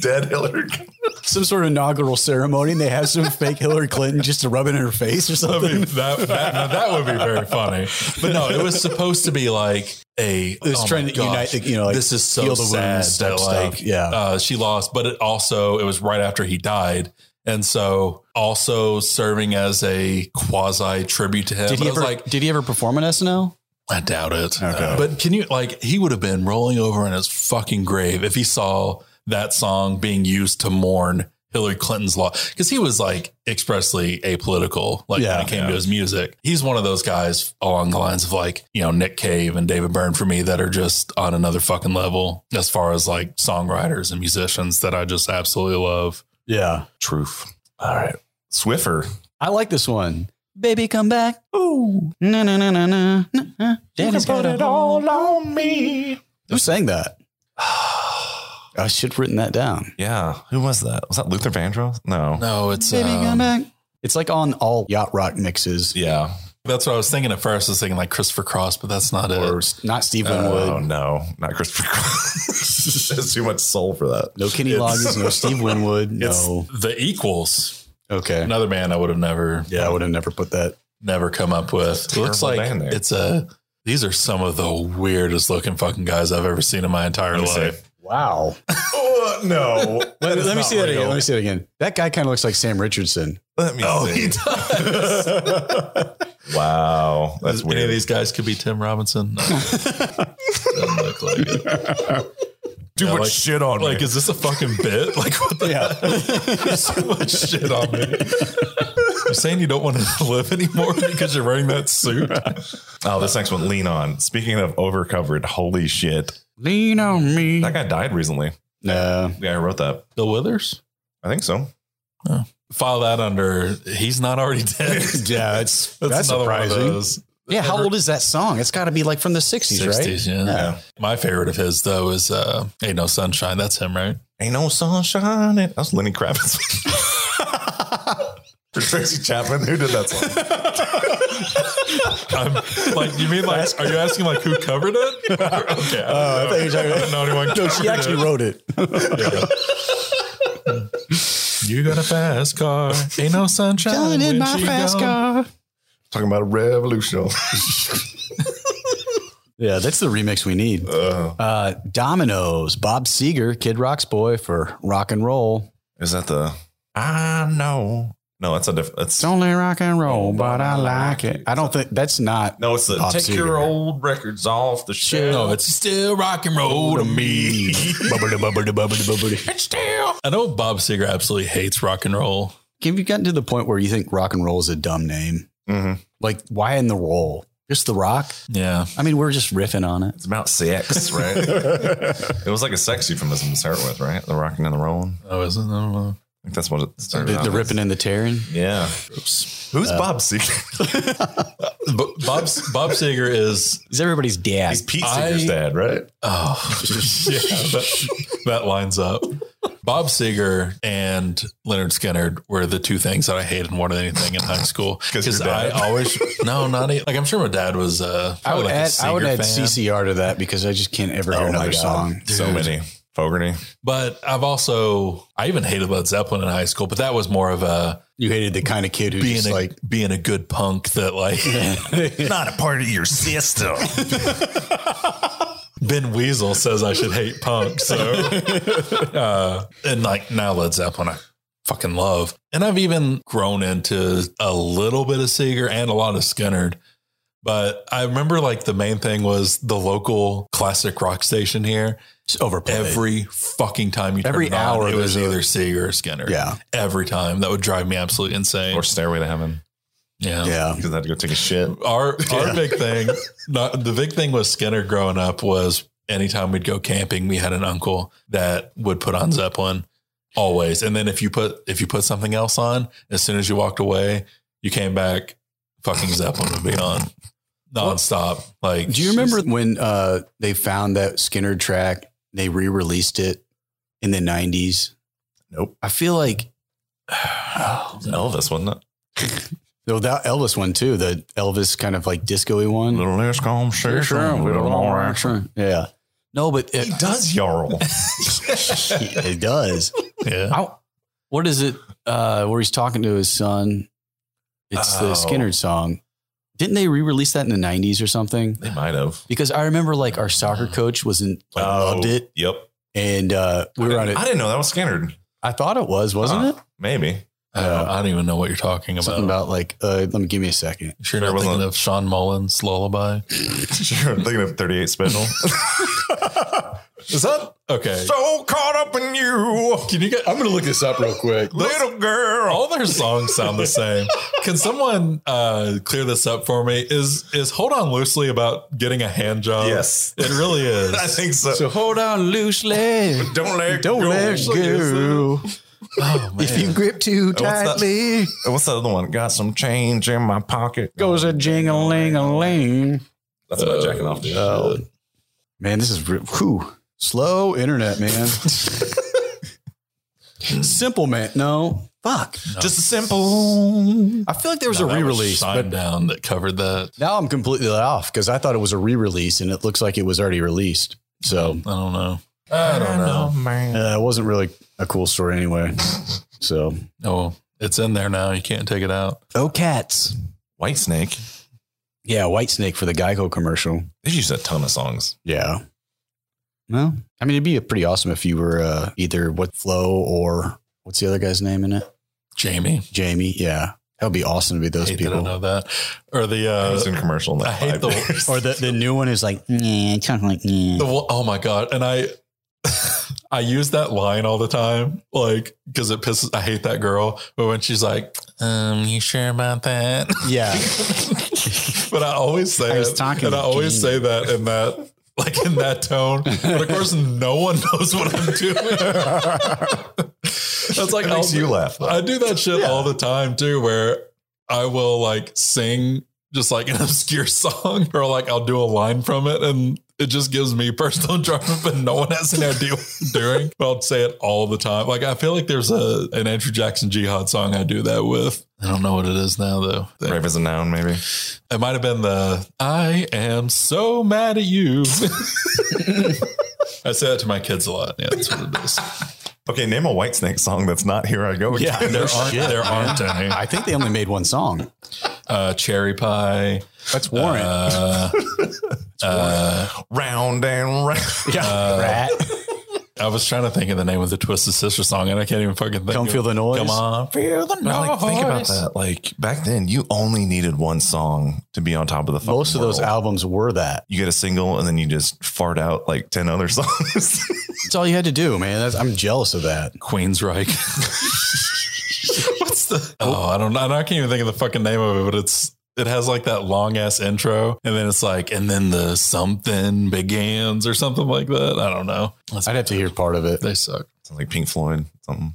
[SPEAKER 1] Dead Hillary Clinton.
[SPEAKER 2] some sort of inaugural ceremony, and they have some fake Hillary Clinton just to rub it in her face or
[SPEAKER 3] *laughs* I
[SPEAKER 2] something.
[SPEAKER 3] mean, that, that, now that would be very funny. But no, it was supposed to be like a. It
[SPEAKER 2] was trying to unite the- you know, like,
[SPEAKER 3] oh this is so
[SPEAKER 2] heal the wounds
[SPEAKER 3] sad
[SPEAKER 2] type
[SPEAKER 3] that
[SPEAKER 2] stuff.
[SPEAKER 3] like,
[SPEAKER 2] Yeah.
[SPEAKER 3] uh, she lost, but it also, it was right after he died. And so also serving as a quasi tribute to him.
[SPEAKER 2] did
[SPEAKER 3] But
[SPEAKER 2] he
[SPEAKER 3] I was
[SPEAKER 2] ever?
[SPEAKER 3] like,
[SPEAKER 2] did he ever perform on SNL?
[SPEAKER 3] I doubt it.
[SPEAKER 2] Okay.
[SPEAKER 3] But can you like he would have been rolling over in his fucking grave if he saw that song being used to mourn Hillary Clinton's law because he was like expressly apolitical. Like
[SPEAKER 2] Yeah.
[SPEAKER 3] when it came
[SPEAKER 1] Yeah.
[SPEAKER 3] to his music, he's one of those guys along the lines of like you know Nick Cave and David Byrne for me that are just on another fucking level as far as like songwriters and musicians that I just absolutely love.
[SPEAKER 2] Yeah.
[SPEAKER 1] Truth. All right. Swiffer.
[SPEAKER 2] I like this one. Baby, come back. Ooh. Na na na na na. na. Daddy's got it all.
[SPEAKER 1] on me.
[SPEAKER 2] Who sang that? I should have written that down.
[SPEAKER 1] *sighs* Yeah. Who was that? Was that Luther Vandross? No.
[SPEAKER 3] No, it's
[SPEAKER 2] Baby, come
[SPEAKER 3] um,
[SPEAKER 2] back. It's like on all yacht rock mixes.
[SPEAKER 1] Yeah.
[SPEAKER 3] that's what I was thinking at first. I was thinking like Christopher Cross, but that's not
[SPEAKER 2] Or
[SPEAKER 3] it.
[SPEAKER 2] s- not Steve
[SPEAKER 1] Oh,
[SPEAKER 2] Winwood.
[SPEAKER 1] no. Not Christopher Cross. There's too much soul for that.
[SPEAKER 2] No Kenny
[SPEAKER 1] It's-
[SPEAKER 2] Loggins. No Steve Winwood.
[SPEAKER 1] It's-
[SPEAKER 2] No.
[SPEAKER 3] The Equals,
[SPEAKER 2] Okay.
[SPEAKER 3] another band I would have never
[SPEAKER 2] Yeah, I would have never put that.
[SPEAKER 3] never come up with. It
[SPEAKER 1] Terrible
[SPEAKER 3] looks like
[SPEAKER 1] band there.
[SPEAKER 3] it's a. These are some of the weirdest looking fucking guys I've ever seen in my entire
[SPEAKER 1] Let me see.
[SPEAKER 3] life.
[SPEAKER 2] Wow.
[SPEAKER 1] *laughs* Oh, no.
[SPEAKER 2] Let,
[SPEAKER 1] That
[SPEAKER 2] me-
[SPEAKER 1] is
[SPEAKER 2] let me
[SPEAKER 1] not
[SPEAKER 2] see that again.
[SPEAKER 1] real.
[SPEAKER 2] Let me see that again. That guy kind of looks like Sam Richardson.
[SPEAKER 1] Let me
[SPEAKER 3] Oh,
[SPEAKER 1] see.
[SPEAKER 3] he does.
[SPEAKER 1] *laughs* Wow. That's
[SPEAKER 3] Any of
[SPEAKER 1] weird.
[SPEAKER 3] these guys could be Tim Robinson. No. Doesn't look like it.
[SPEAKER 1] *laughs* Too
[SPEAKER 3] Yeah,
[SPEAKER 1] much
[SPEAKER 3] like-
[SPEAKER 1] shit on
[SPEAKER 3] Like,
[SPEAKER 1] me.
[SPEAKER 3] is this a fucking bit? *laughs* Like, what the
[SPEAKER 2] Yeah.
[SPEAKER 3] hell? There's so much shit on me. You're saying you don't want to *laughs* live anymore because you're wearing
[SPEAKER 1] *laughs*
[SPEAKER 3] that suit?
[SPEAKER 1] Oh, this next one, Lean On. Speaking of overcovered, holy shit.
[SPEAKER 2] *laughs* Lean on me.
[SPEAKER 1] That guy died recently.
[SPEAKER 2] No.
[SPEAKER 1] The guy who wrote that.
[SPEAKER 3] Bill Withers?
[SPEAKER 1] I think so.
[SPEAKER 3] File that under he's not already dead.
[SPEAKER 1] *laughs*
[SPEAKER 2] Yeah, it's that's,
[SPEAKER 3] another one of
[SPEAKER 2] surprising.
[SPEAKER 3] those.
[SPEAKER 2] Yeah, how old is that song? It's got to be like from the 60s, right?
[SPEAKER 3] 60s, yeah.
[SPEAKER 2] Yeah.
[SPEAKER 3] My favorite of his though is uh Ain't No Sunshine. That's him, right?
[SPEAKER 1] Ain't no sunshine. in- That's Lenny Kravitz. *laughs* For Tracy Chapman, who did that song?
[SPEAKER 3] I'm, like you mean like are you asking like who covered it? *laughs* okay.
[SPEAKER 2] Oh, I thought you were talking about-
[SPEAKER 3] I don't know anyone
[SPEAKER 2] No,
[SPEAKER 3] covered
[SPEAKER 2] she actually
[SPEAKER 3] it.
[SPEAKER 2] wrote it.
[SPEAKER 3] You got a fast car. Ain't no sunshine. when she gone.
[SPEAKER 2] car.
[SPEAKER 1] Talking about a revolution.
[SPEAKER 2] Yeah, that's the remix we need.
[SPEAKER 1] Uh,
[SPEAKER 2] Uh, Dominoes, Bob Seger, Kid Rock's boy for rock and roll.
[SPEAKER 1] is that the? I know. No, that's a different. That's
[SPEAKER 2] It's only rock and roll, but I like it. I don't think that's not.
[SPEAKER 1] no. It's the
[SPEAKER 2] Bob
[SPEAKER 1] take
[SPEAKER 2] Seger.
[SPEAKER 1] your old records off the
[SPEAKER 3] No,
[SPEAKER 1] shelf.
[SPEAKER 3] it's still rock and roll to me. *laughs*
[SPEAKER 2] Bubbly, bubbly, bubbly, bubbly.
[SPEAKER 3] I know Bob Seger absolutely hates rock and roll.
[SPEAKER 2] Have you gotten to the point where you think rock and roll is a dumb name?
[SPEAKER 1] Mhm.
[SPEAKER 2] Like, why in the roll? Just the rock?
[SPEAKER 3] Yeah.
[SPEAKER 2] I mean, we're just riffing on it.
[SPEAKER 1] It's about sex, *laughs* right? it was like a sex euphemism to start with, right? The rocking and the rolling.
[SPEAKER 3] Oh, is it? I don't know.
[SPEAKER 1] I think that's what it
[SPEAKER 2] The,
[SPEAKER 1] started.
[SPEAKER 2] the
[SPEAKER 1] out as.
[SPEAKER 2] ripping and the tearing.
[SPEAKER 1] Yeah. Who's Bob Seger?
[SPEAKER 3] But Bob Bob Seger is
[SPEAKER 2] He's everybody's dad.
[SPEAKER 1] He's Pete
[SPEAKER 3] I-
[SPEAKER 1] Seger's dad, right?
[SPEAKER 2] *laughs*
[SPEAKER 3] Oh, *laughs* yeah, that, that lines up. Bob Seger and Leonard Skinner were the two things that I hated more than anything in high
[SPEAKER 2] *laughs*
[SPEAKER 3] school.
[SPEAKER 1] 'Cause your
[SPEAKER 3] Because I
[SPEAKER 1] dad.
[SPEAKER 3] always, no, not e like I'm sure my dad was. Uh,
[SPEAKER 2] I would
[SPEAKER 3] like a
[SPEAKER 2] add, I would
[SPEAKER 3] Seger
[SPEAKER 2] add
[SPEAKER 3] fan.
[SPEAKER 2] CCR to that because I just can't ever hear
[SPEAKER 1] Oh my
[SPEAKER 2] another
[SPEAKER 1] God.
[SPEAKER 2] song.
[SPEAKER 1] So many. Fogarty.
[SPEAKER 3] But I've also, I even hated Led Zeppelin in high school. But that was more of a
[SPEAKER 2] You hated the kind of kid who's
[SPEAKER 3] being
[SPEAKER 2] just
[SPEAKER 3] a,
[SPEAKER 2] like,
[SPEAKER 3] being a good punk that like
[SPEAKER 1] *laughs*
[SPEAKER 2] *laughs*
[SPEAKER 1] Not a part of your system.
[SPEAKER 3] Ben Weasel says I should hate
[SPEAKER 2] *laughs*
[SPEAKER 3] punk. So, uh, and like now Led Zeppelin, I fucking love. And I've even grown into a little bit of Seeger and a lot of Skinnerd. But I remember like the main thing was the local classic rock station here.
[SPEAKER 2] it's overplayed.
[SPEAKER 3] Every fucking time you turned
[SPEAKER 2] Every
[SPEAKER 3] it on,
[SPEAKER 2] hour
[SPEAKER 3] it was
[SPEAKER 2] there's a-
[SPEAKER 3] either Seeger or Skinner.
[SPEAKER 2] yeah.
[SPEAKER 3] Every time. That would drive me absolutely insane.
[SPEAKER 1] *laughs* or Stairway to Heaven.
[SPEAKER 3] yeah.
[SPEAKER 2] Yeah.
[SPEAKER 1] Because I had to go take a shit.
[SPEAKER 3] Our our big thing, not, the big thing with Skinner growing up was anytime we'd go camping, we had an uncle that would put on Zeppelin always. And then if you put if you put something else on, as soon as you walked away, you came back, fucking Zeppelin would be on nonstop. Like,
[SPEAKER 2] Do you remember when uh, they found that Skinner track? They re released it in the 90s.
[SPEAKER 1] Nope.
[SPEAKER 2] I feel like,
[SPEAKER 1] Elvis, wasn't it?
[SPEAKER 2] though, that Elvis one too, the Elvis kind of like disco y one.
[SPEAKER 1] Little less conversation, little more action.
[SPEAKER 2] Yeah. No, but it,
[SPEAKER 1] He does *laughs*
[SPEAKER 2] *laughs*
[SPEAKER 1] yarl.
[SPEAKER 2] it does.
[SPEAKER 3] Yeah.
[SPEAKER 2] I, what is it uh, where he's talking to his son? It's
[SPEAKER 1] Oh.
[SPEAKER 2] the Skinner song. Didn't they re-release that in the '90s or something?
[SPEAKER 1] they might have.
[SPEAKER 2] Because I remember like
[SPEAKER 1] *sighs*
[SPEAKER 2] our soccer coach was in like,
[SPEAKER 1] Oh.
[SPEAKER 2] loved it,
[SPEAKER 1] Yep.
[SPEAKER 2] and uh, we were on it.
[SPEAKER 1] I didn't know that was Skinner.
[SPEAKER 2] I thought it was, wasn't
[SPEAKER 1] Huh. Maybe. *laughs*
[SPEAKER 3] I don't, I don't even know what you're talking about.
[SPEAKER 2] Something about like, uh, let me give me a second.
[SPEAKER 3] sure, you're not
[SPEAKER 1] There wasn't-
[SPEAKER 3] thinking of Sean Mullins' lullaby.
[SPEAKER 1] Sure, I'm thinking of 38 *laughs* Spindle.
[SPEAKER 3] Is that okay?
[SPEAKER 1] so caught up in you,
[SPEAKER 2] Can you get, I'm going to look this up real quick.
[SPEAKER 1] little girl.
[SPEAKER 3] All their songs sound the same. Can someone uh, clear this up for me? Is is Hold On Loosely about getting a hand job?
[SPEAKER 1] Yes.
[SPEAKER 3] it really is.
[SPEAKER 2] *laughs*
[SPEAKER 1] I think so.
[SPEAKER 2] So hold on loosely.
[SPEAKER 1] don't let
[SPEAKER 2] Don't
[SPEAKER 1] go.
[SPEAKER 2] let go.
[SPEAKER 3] oh man,
[SPEAKER 2] If you grip too
[SPEAKER 1] that?
[SPEAKER 2] tightly,
[SPEAKER 1] What's the other one? Got some change in my pocket.
[SPEAKER 2] goes a jingle ling a ling.
[SPEAKER 1] That's about jacking off, dude.
[SPEAKER 2] Oh, man, this is re- whew, slow internet, man. Simple man, no, fuck.
[SPEAKER 1] Just a simple.
[SPEAKER 2] I feel like there was
[SPEAKER 3] No,
[SPEAKER 2] a
[SPEAKER 3] that was
[SPEAKER 2] re-release,
[SPEAKER 3] Shine
[SPEAKER 2] but
[SPEAKER 3] Down that covered that.
[SPEAKER 2] now I'm completely off because I thought it was a re-release, and it looks like it was already released. So
[SPEAKER 3] I don't know. I don't know.
[SPEAKER 1] man.
[SPEAKER 2] uh, it wasn't really a cool story anyway. So
[SPEAKER 3] Oh, it's in there now. You can't take it out.
[SPEAKER 2] oh, cats.
[SPEAKER 1] White Snake.
[SPEAKER 2] Yeah, White Snake for the Geico commercial.
[SPEAKER 1] They used a ton of songs.
[SPEAKER 2] Yeah. Well, I mean, it'd be pretty awesome if you were uh, either what Flo or what's the other guy's name in it?
[SPEAKER 3] Jamie,
[SPEAKER 2] Jamie. Yeah. That would be awesome to be those
[SPEAKER 3] hate that I
[SPEAKER 2] people.
[SPEAKER 3] know that. Or the
[SPEAKER 1] I
[SPEAKER 3] uh,
[SPEAKER 1] was in commercial. in like
[SPEAKER 3] I hate
[SPEAKER 1] five
[SPEAKER 3] the-
[SPEAKER 1] years.
[SPEAKER 2] Or the, the new one is like, yeah, talking like, yeah.
[SPEAKER 3] The wa- oh my god! And I, *laughs* I use that line all the time, like because it pisses. I hate that girl, but when she's like, "Um, you sure about that?"
[SPEAKER 2] Yeah.
[SPEAKER 3] but I always say,
[SPEAKER 2] I was
[SPEAKER 3] it,
[SPEAKER 2] talking
[SPEAKER 3] and
[SPEAKER 2] to
[SPEAKER 3] I always
[SPEAKER 2] Jamie.
[SPEAKER 3] say that in that, like in that tone. But of course, no one knows what I'm
[SPEAKER 2] *laughs*
[SPEAKER 3] doing. That's like
[SPEAKER 1] *laughs* It makes
[SPEAKER 3] I'll-
[SPEAKER 1] you laugh. though.
[SPEAKER 3] I do that shit all the time too, where I will like sing just like an obscure song, or like I'll do a line from it, and it just gives me personal *laughs* enjoyment, but no one has an idea what I'm doing. But I'll say it all the time. Like I feel like there's a an Andrew Jackson Jihad song I do that with. I don't know what it is now though.
[SPEAKER 1] Rave is a noun, maybe.
[SPEAKER 3] It might have been the I am so mad at you. *laughs* I say that to my kids a lot. Yeah, that's what it is.
[SPEAKER 1] Okay, name a White Snake song that's not "Here I Go." Again.
[SPEAKER 3] there aren't
[SPEAKER 2] shit,
[SPEAKER 3] there aren't any.
[SPEAKER 2] *laughs* I think they only made one song.
[SPEAKER 3] Uh, cherry pie.
[SPEAKER 2] That's Warrant.
[SPEAKER 3] Uh, uh,
[SPEAKER 1] *laughs* round and round.
[SPEAKER 2] yeah.
[SPEAKER 3] uh,
[SPEAKER 2] Rat.
[SPEAKER 3] I was trying to think of the name of the Twisted Sister song, and I can't even fucking think.
[SPEAKER 2] Don't
[SPEAKER 3] of
[SPEAKER 2] feel
[SPEAKER 3] it.
[SPEAKER 2] the noise.
[SPEAKER 3] Come on, feel the noise.
[SPEAKER 1] No, like, think about that. Like back then, you only needed one song to be on top of the. fucking
[SPEAKER 2] Most of those
[SPEAKER 1] world.
[SPEAKER 2] albums were that.
[SPEAKER 1] you get a single and then you just fart out like ten other *laughs* songs.
[SPEAKER 2] That's all you had to do, man. That's, I'm jealous of that.
[SPEAKER 3] Queensryche. *laughs* What's the? Oh, I don't know. I can't even think of the fucking name of it, but it's it has like that long ass intro, and then it's like, and then the something begins or something like that. I don't know. That's-
[SPEAKER 2] I'd have to hear part of it.
[SPEAKER 3] They suck.
[SPEAKER 1] Sounds like Pink Floyd. Something.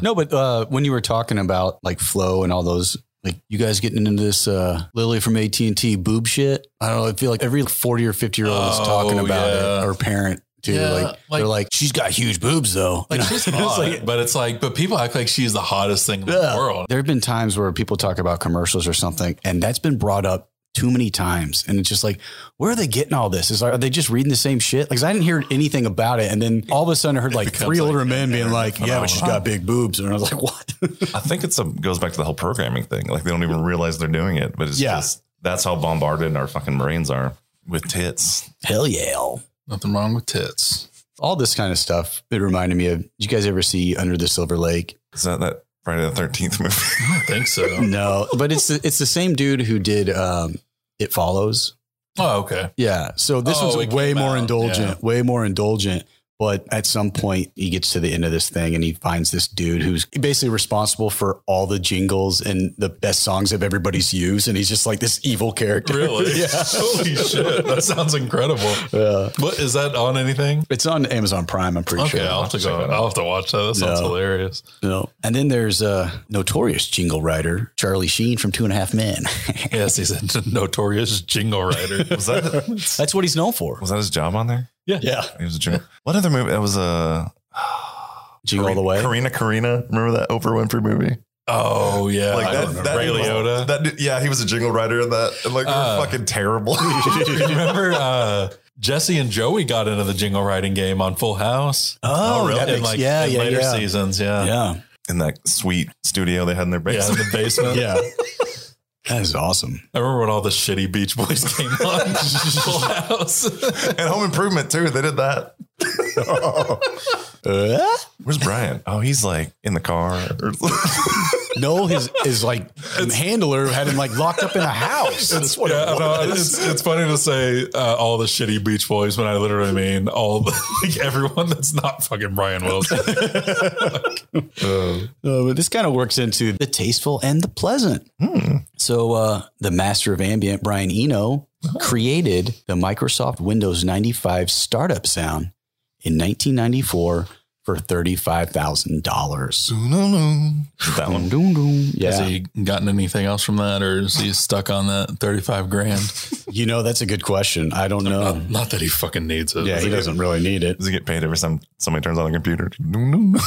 [SPEAKER 2] No, but uh, when you were talking about like flow and all those, like you guys getting into this uh, Lily from AT and T boob shit. I don't know. I feel like every forty or fifty year old is
[SPEAKER 3] Oh,
[SPEAKER 2] talking about
[SPEAKER 3] yeah.
[SPEAKER 2] it or parent too.
[SPEAKER 3] Yeah,
[SPEAKER 2] like,
[SPEAKER 3] like-
[SPEAKER 2] they're like, she's got huge boobs though. *laughs* You
[SPEAKER 3] Like
[SPEAKER 2] know?
[SPEAKER 3] she's
[SPEAKER 2] It's
[SPEAKER 3] hot,
[SPEAKER 2] like-
[SPEAKER 3] but *laughs* it's like, but people act like she's the hottest thing in the
[SPEAKER 2] Ugh.
[SPEAKER 3] world.
[SPEAKER 2] there have been times where people talk about commercials or something, and that's been brought up too many times, and it's just like, where are they getting all this? Is are they just reading the same shit? Like 'cause I didn't hear anything about it, and then all of a sudden I heard like
[SPEAKER 3] becomes
[SPEAKER 2] three
[SPEAKER 3] like
[SPEAKER 2] older
[SPEAKER 3] an
[SPEAKER 2] men
[SPEAKER 3] *laughs*
[SPEAKER 2] being
[SPEAKER 3] internet
[SPEAKER 2] like, yeah, but she's
[SPEAKER 3] phenomenon.
[SPEAKER 2] got big boobs, and I was like, *laughs* what?
[SPEAKER 1] I think it's a goes back to the whole programming thing. Like they don't even realize they're doing it, but it's
[SPEAKER 2] Yeah.
[SPEAKER 1] just that's how bombarded our fucking brains are with tits.
[SPEAKER 2] Hell yeah.
[SPEAKER 3] Nothing wrong with tits.
[SPEAKER 2] all this kind of stuff. It reminded me of did you guys ever see Under the Silver Lake?
[SPEAKER 1] Is that that Friday the Thirteenth movie? *laughs*
[SPEAKER 3] I
[SPEAKER 2] *laughs*
[SPEAKER 3] think so.
[SPEAKER 2] No, but it's the, it's the same dude who did um, It Follows.
[SPEAKER 3] oh, okay.
[SPEAKER 2] Yeah, so this
[SPEAKER 3] Oh, it
[SPEAKER 2] one's way
[SPEAKER 3] came
[SPEAKER 2] more
[SPEAKER 3] out,
[SPEAKER 2] indulgent, way more indulgent. But at some point, he gets to the end of this thing and he finds this dude who's basically responsible for all the jingles and the best songs of everybody's used, and he's just like this evil character.
[SPEAKER 3] Really?
[SPEAKER 2] *laughs* yeah.
[SPEAKER 3] Holy shit. That sounds incredible.
[SPEAKER 2] Yeah.
[SPEAKER 3] What is that on anything?
[SPEAKER 2] It's on Amazon Prime. I'm pretty
[SPEAKER 3] Okay,
[SPEAKER 2] sure.
[SPEAKER 3] I'll have to go.
[SPEAKER 1] that out.
[SPEAKER 3] I'll have to watch that. That sounds
[SPEAKER 2] No.
[SPEAKER 3] hilarious.
[SPEAKER 2] No. And then there's a notorious jingle writer, Charlie Sheen from Two and a Half Men.
[SPEAKER 3] Yes, he's a *laughs* notorious jingle writer.
[SPEAKER 1] Was that
[SPEAKER 2] That's what he's known for.
[SPEAKER 1] was that his job on there?
[SPEAKER 2] Yeah.
[SPEAKER 1] He was a journal. What other movie? That was a
[SPEAKER 2] Jingle all the way.
[SPEAKER 1] Karina Karina. Remember that Oprah Winfrey movie?
[SPEAKER 3] *laughs* Oh yeah,
[SPEAKER 1] Like that, that
[SPEAKER 3] Ray
[SPEAKER 1] dude was- *laughs*
[SPEAKER 3] Liotta.
[SPEAKER 1] That dude- yeah, he was a jingle writer in that. And like they were
[SPEAKER 3] Uh,
[SPEAKER 1] fucking terrible.
[SPEAKER 3] Remember uh, Jesse and Joey got into the jingle writing game on Full House.
[SPEAKER 2] Oh,
[SPEAKER 3] really?
[SPEAKER 2] that
[SPEAKER 3] in
[SPEAKER 2] makes-
[SPEAKER 3] like
[SPEAKER 2] yeah,
[SPEAKER 3] in
[SPEAKER 2] yeah,
[SPEAKER 3] later
[SPEAKER 2] yeah. uh,
[SPEAKER 3] seasons. Yeah,
[SPEAKER 2] Yeah.
[SPEAKER 1] in that sweet studio they had in their
[SPEAKER 3] yeah,
[SPEAKER 2] *laughs*
[SPEAKER 3] in
[SPEAKER 1] basement.
[SPEAKER 3] the basement.
[SPEAKER 2] Yeah. That is awesome.
[SPEAKER 3] I remember when all the shitty Beach Boys came on Full House.
[SPEAKER 1] *laughs* And Home Improvement too. They did that. *laughs*
[SPEAKER 2] Uh,
[SPEAKER 1] Where's Brian? Oh, he's like in the car.
[SPEAKER 2] no, his is like handler had him like locked up in a house. *laughs* That's what
[SPEAKER 3] Yeah,
[SPEAKER 2] it
[SPEAKER 3] no,
[SPEAKER 2] was.
[SPEAKER 3] it's, it's funny to say uh, all the shitty Beach Boys when I literally mean all the, *laughs* like everyone that's not fucking Brian Wilson.
[SPEAKER 2] Uh, but this kind of works into the tasteful and the pleasant.
[SPEAKER 1] Hmm.
[SPEAKER 2] So, uh, the master of ambient, Brian Eno, created the Microsoft Windows 95 startup sound in 1994 for $35,000.
[SPEAKER 1] that
[SPEAKER 3] *laughs*
[SPEAKER 1] one.
[SPEAKER 2] Dun, dun. Yeah.
[SPEAKER 3] he gotten anything else from that, or is he stuck on that thirty-five grand?
[SPEAKER 2] You know, that's a good question. I *laughs* don't know.
[SPEAKER 3] Not, not that he fucking needs it.
[SPEAKER 2] Um, Yeah, he doesn't really need it.
[SPEAKER 1] Does he get paid every time somebody turns on the computer? Dun-dun.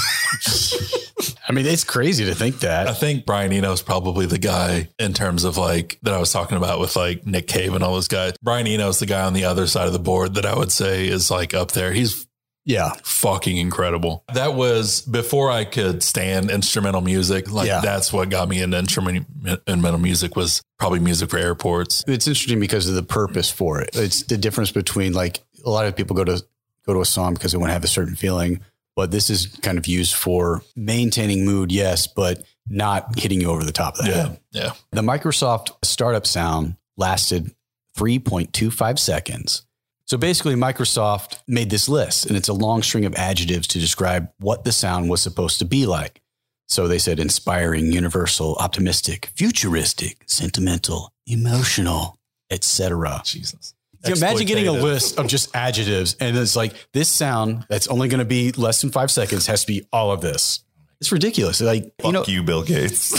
[SPEAKER 2] I mean, it's crazy to think
[SPEAKER 3] I
[SPEAKER 2] that.
[SPEAKER 3] think Brian Eno's probably the guy in terms of like that I was talking about with like Nick Cave and all those guys. Brian Eno's the guy on the other side of the board that I would say is like up there. He's
[SPEAKER 2] Yeah.
[SPEAKER 3] fucking incredible. That was before I could stand instrumental music. Like
[SPEAKER 2] Yeah.
[SPEAKER 3] that's what got me into instrument, instrumental music was probably music for airports.
[SPEAKER 2] It's interesting because of the purpose for it. It's the difference between like a lot of people go to go to a song because they want to have a certain feeling, but this is kind of used for maintaining mood, yes, but not hitting you over the top of the
[SPEAKER 3] Yeah.
[SPEAKER 2] head.
[SPEAKER 3] Yeah.
[SPEAKER 2] The Microsoft startup sound lasted 3.25 seconds. So basically, Microsoft made this list, and it's a long string of adjectives to describe what the sound was supposed to be like. So they said inspiring, universal, optimistic, futuristic, sentimental, emotional, etc.
[SPEAKER 3] Jesus.
[SPEAKER 2] Imagine getting a
[SPEAKER 3] Exploitative.
[SPEAKER 2] list of just adjectives, and it's like this sound that's only going to be less than five seconds has to be all of this. It's ridiculous. Like
[SPEAKER 1] Fuck
[SPEAKER 2] you know,
[SPEAKER 1] you, Bill
[SPEAKER 3] *laughs*
[SPEAKER 1] Gates.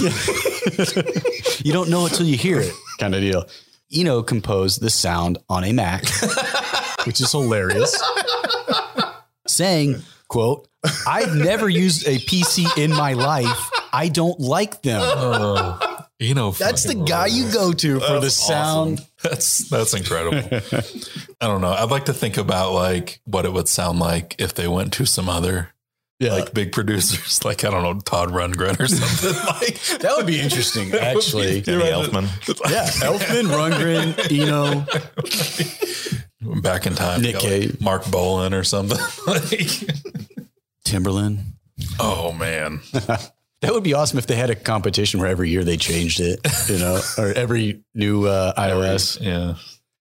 [SPEAKER 2] *laughs* you don't know it till you hear it, kind of deal. Eno composed the sound on a *laughs* Mac, which is hilarious, saying, quote, I've never used a PC in my life. I don't like them.
[SPEAKER 3] Oh,
[SPEAKER 2] *laughs*
[SPEAKER 3] Eno.
[SPEAKER 2] That's the
[SPEAKER 3] fucking
[SPEAKER 2] guy
[SPEAKER 3] rules.
[SPEAKER 2] you go to for the
[SPEAKER 1] That's
[SPEAKER 2] sound.
[SPEAKER 3] *laughs* That's that's
[SPEAKER 2] *laughs*
[SPEAKER 3] incredible. I don't know. I'd like to think about like what it would sound like if they went to some other
[SPEAKER 2] Yeah.
[SPEAKER 3] like big producers, *laughs* like I don't know Todd Rundgren or something. *laughs* like
[SPEAKER 2] that would be interesting,
[SPEAKER 3] That would
[SPEAKER 2] actually.
[SPEAKER 3] be-
[SPEAKER 1] Danny
[SPEAKER 3] You're right.
[SPEAKER 1] Elfman.
[SPEAKER 2] yeah. *laughs* Elfman, Rundgren, Eno.
[SPEAKER 3] *laughs* back in time,
[SPEAKER 2] Nick
[SPEAKER 3] you know,
[SPEAKER 2] Cave.
[SPEAKER 3] Mark Bolan or something. *laughs* like,
[SPEAKER 2] Timberland.
[SPEAKER 3] oh man,
[SPEAKER 2] That would be awesome if they had a competition where every year they changed it, you know, or every new uh, iOS.
[SPEAKER 3] yeah.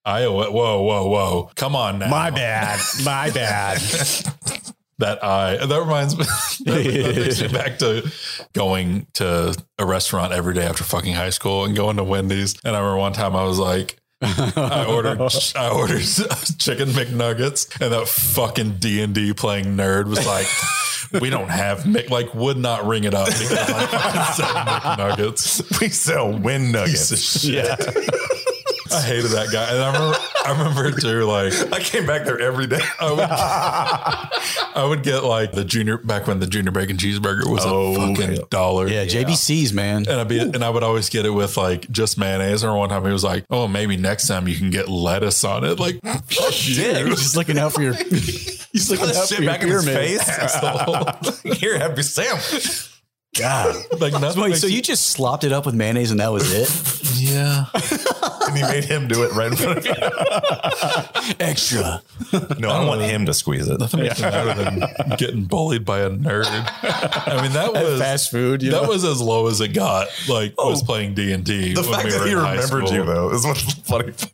[SPEAKER 3] Iowa, whoa, whoa, whoa! Come on now,
[SPEAKER 2] My bad. My bad.
[SPEAKER 3] That I that reminds me. *laughs*
[SPEAKER 2] *laughs*
[SPEAKER 3] that takes me back to going to a restaurant every day after fucking high school and going to Wendy's. And I remember one time I was like, I
[SPEAKER 2] *laughs*
[SPEAKER 3] ordered *laughs* I ordered chicken McNuggets, and that fucking D and D playing nerd was like, *laughs* "We don't have Mc, like would not ring it up because I fucking
[SPEAKER 2] *laughs*
[SPEAKER 3] said McNuggets."
[SPEAKER 1] We sell wind
[SPEAKER 3] Piece of
[SPEAKER 1] nuggets.
[SPEAKER 3] shit. I hated that guy, and I remember I remember too like.
[SPEAKER 1] *laughs* I came back there every day.
[SPEAKER 3] I would, I would get like the junior back when the junior bacon cheeseburger was
[SPEAKER 1] Oh,
[SPEAKER 3] a fucking dollar.
[SPEAKER 2] Yeah, JBCs, man.
[SPEAKER 3] And I'd be, and I would always get it with like just mayonnaise. Or one time he was like, "Oh, maybe next time you can get lettuce on it." Like,
[SPEAKER 2] Oh,
[SPEAKER 3] *laughs*
[SPEAKER 2] *laughs*
[SPEAKER 3] fuck
[SPEAKER 2] Yeah,
[SPEAKER 3] you.
[SPEAKER 2] he's just looking out for
[SPEAKER 3] *laughs*
[SPEAKER 2] your. He's looking
[SPEAKER 1] Put
[SPEAKER 2] out
[SPEAKER 1] that
[SPEAKER 2] for
[SPEAKER 1] shit
[SPEAKER 2] your
[SPEAKER 1] back in his
[SPEAKER 2] pyramid. *laughs*
[SPEAKER 1] face. *laughs* Here, have your sandwich.
[SPEAKER 2] God.
[SPEAKER 3] Like nothing.
[SPEAKER 2] Wait,
[SPEAKER 3] makes
[SPEAKER 2] so you just slopped it up with mayonnaise and that was
[SPEAKER 3] *laughs*
[SPEAKER 2] it?
[SPEAKER 3] yeah.
[SPEAKER 1] And he made him do it right in front of you.
[SPEAKER 2] Extra.
[SPEAKER 1] No, I want him to squeeze it.
[SPEAKER 3] Nothing makes it better than getting bullied by a nerd. I mean, that was
[SPEAKER 2] Fast food. You
[SPEAKER 3] that
[SPEAKER 2] know?
[SPEAKER 3] was as low as it got. Like was playing D and D.
[SPEAKER 1] Oh. The fact that he remembered you though is what's the funny part.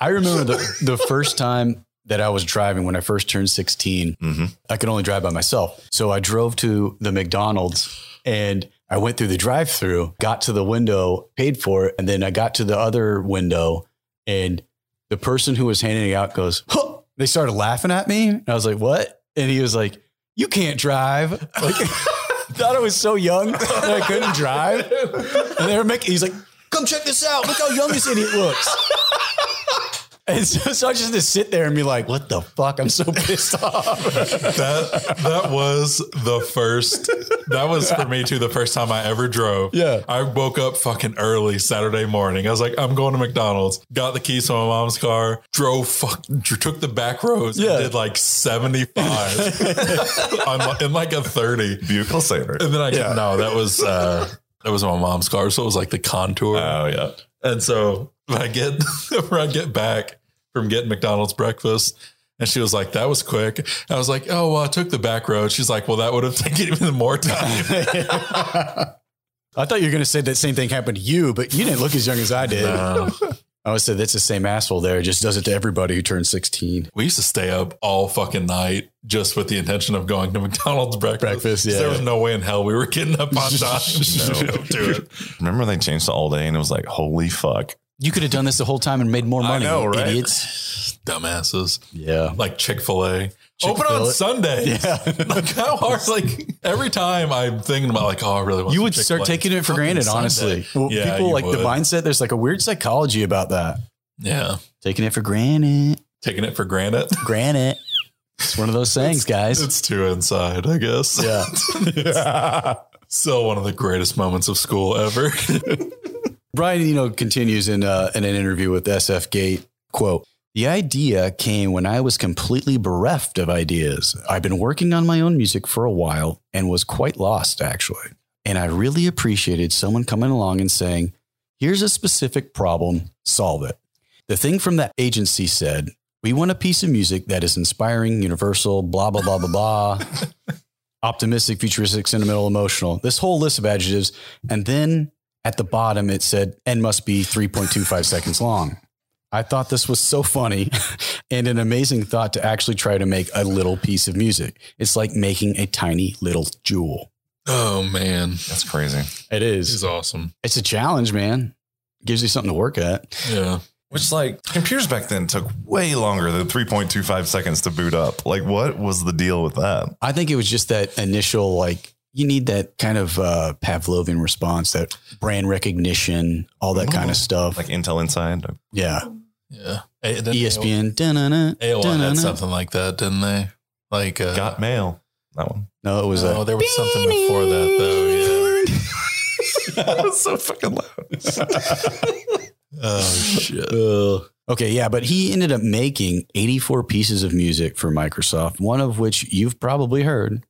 [SPEAKER 2] I remember the, the first time that I was driving when I first turned 16,
[SPEAKER 3] Mm-hmm.
[SPEAKER 2] I could only drive by myself. So I drove to the McDonald's and I went through the drive through, got to the window, paid for it. And then I got to the other window and the person who was handing it out goes, huh! they started laughing at me. And I was like, what? And he was like, you can't drive. Like, *laughs* thought I was so young that I couldn't drive. And they were making, he's like, come check this out. Look how young this idiot looks. And so, so I just had to sit there and be like, what the fuck? I'm so pissed off. *laughs*
[SPEAKER 3] That that was the first. That was for me too. The first time I ever drove.
[SPEAKER 2] Yeah. *laughs*
[SPEAKER 3] I woke up fucking early Saturday morning. I was like, I'm going to McDonald's. Got the keys to my mom's car. Drove fuck. Took the back roads.
[SPEAKER 2] Yeah.
[SPEAKER 3] And did like 75 *laughs* on, in like a 30.
[SPEAKER 1] Buccal saver.
[SPEAKER 3] *laughs* And then I no, that was uh That was my mom's car, so it was like the contour.
[SPEAKER 1] Oh yeah.
[SPEAKER 3] And so *laughs* when I get when I get back from getting McDonald's breakfast, and she was like, "That was quick." I was like, "Oh, well, I took the back road." She's like, "Well, that would have *laughs* taken even
[SPEAKER 2] *laughs*
[SPEAKER 3] more time."
[SPEAKER 2] I thought you were going to say that same thing happened to you, but you didn't look as young as I did.
[SPEAKER 3] No.
[SPEAKER 2] I always said that's the same asshole there. Just does it to everybody who turns 16.
[SPEAKER 3] we used to stay up all fucking night just with the intention of going to McDonald's breakfast.
[SPEAKER 2] Breakfast, yeah.
[SPEAKER 3] There was no way in hell we were getting up
[SPEAKER 2] *laughs*
[SPEAKER 3] on time. no, do it.
[SPEAKER 1] Remember when they changed to all day and it was like, holy fuck.
[SPEAKER 2] You could have done this the whole time and made more
[SPEAKER 1] I
[SPEAKER 2] money,
[SPEAKER 1] know, right?
[SPEAKER 2] idiots.
[SPEAKER 3] *laughs* Dumbasses.
[SPEAKER 2] Yeah.
[SPEAKER 3] Like Chick fil A. Open
[SPEAKER 2] Chick-fil-A.
[SPEAKER 3] on Sunday.
[SPEAKER 2] Yeah.
[SPEAKER 3] *laughs* Like
[SPEAKER 2] *laughs*
[SPEAKER 3] how hard? Like every time I'm thinking about, like, oh, I really want.
[SPEAKER 2] You
[SPEAKER 3] some
[SPEAKER 2] would start
[SPEAKER 3] Chick-fil-A.
[SPEAKER 2] taking it for
[SPEAKER 3] Fucking
[SPEAKER 2] granted,
[SPEAKER 3] Sunday.
[SPEAKER 2] honestly. Well,
[SPEAKER 3] Yeah,
[SPEAKER 2] people
[SPEAKER 3] you
[SPEAKER 2] like the
[SPEAKER 3] would.
[SPEAKER 2] mindset, there's like a weird psychology about that.
[SPEAKER 3] Yeah,
[SPEAKER 2] Taking it for granted.
[SPEAKER 3] taking it for granted.
[SPEAKER 2] Granted. It's one of those sayings, guys.
[SPEAKER 3] It's too inside, I guess.
[SPEAKER 2] *laughs* Yeah.
[SPEAKER 3] *laughs* Still one of the greatest moments of school ever.
[SPEAKER 2] Brian Eno continues in, uh, in an interview with SF Gate, quote, the idea came when I was completely bereft of ideas. I've been working on my own music for a while and was quite lost, actually. And I really appreciated someone coming along and saying, here's a specific problem, solve it. The thing from that agency said, we want a piece of music that is inspiring, universal, blah, blah, blah, blah, blah, optimistic, futuristic, sentimental, emotional, this whole list of adjectives. And then at the bottom, it said, and must be 3.25 seconds long. I thought this was so funny *laughs* and an amazing thought to actually try to make a little piece of music. It's like making a tiny little jewel.
[SPEAKER 3] oh man,
[SPEAKER 1] That's crazy.
[SPEAKER 2] It
[SPEAKER 3] this is
[SPEAKER 2] is.
[SPEAKER 3] awesome.
[SPEAKER 2] It's a challenge, man. Gives you something to work at.
[SPEAKER 3] Yeah,
[SPEAKER 1] Which like computers back then took way longer than 3.25 seconds to boot up. Like what was the deal with that?
[SPEAKER 2] I think it was just that initial, like, you need that kind of uh, Pavlovian response, that brand recognition, all
[SPEAKER 3] Oh.
[SPEAKER 2] that kind of stuff.
[SPEAKER 1] Like Intel Inside.
[SPEAKER 2] yeah.
[SPEAKER 3] yeah. Eh, didn't
[SPEAKER 2] E ESPN. dun-dun-dun,
[SPEAKER 3] AOL, AOL had
[SPEAKER 2] dun-dun-dun.
[SPEAKER 3] something like that, didn't they? Like, uh,
[SPEAKER 1] Got mail. That one.
[SPEAKER 2] No, it was
[SPEAKER 3] oh,
[SPEAKER 2] a.
[SPEAKER 3] there was something before that
[SPEAKER 1] *laughs*
[SPEAKER 3] though. Yeah.
[SPEAKER 1] that was so fucking loud.
[SPEAKER 3] Oh shit.
[SPEAKER 2] Ugh. Okay, yeah, but he ended up making 84 pieces of music for Microsoft, one of which you've probably heard.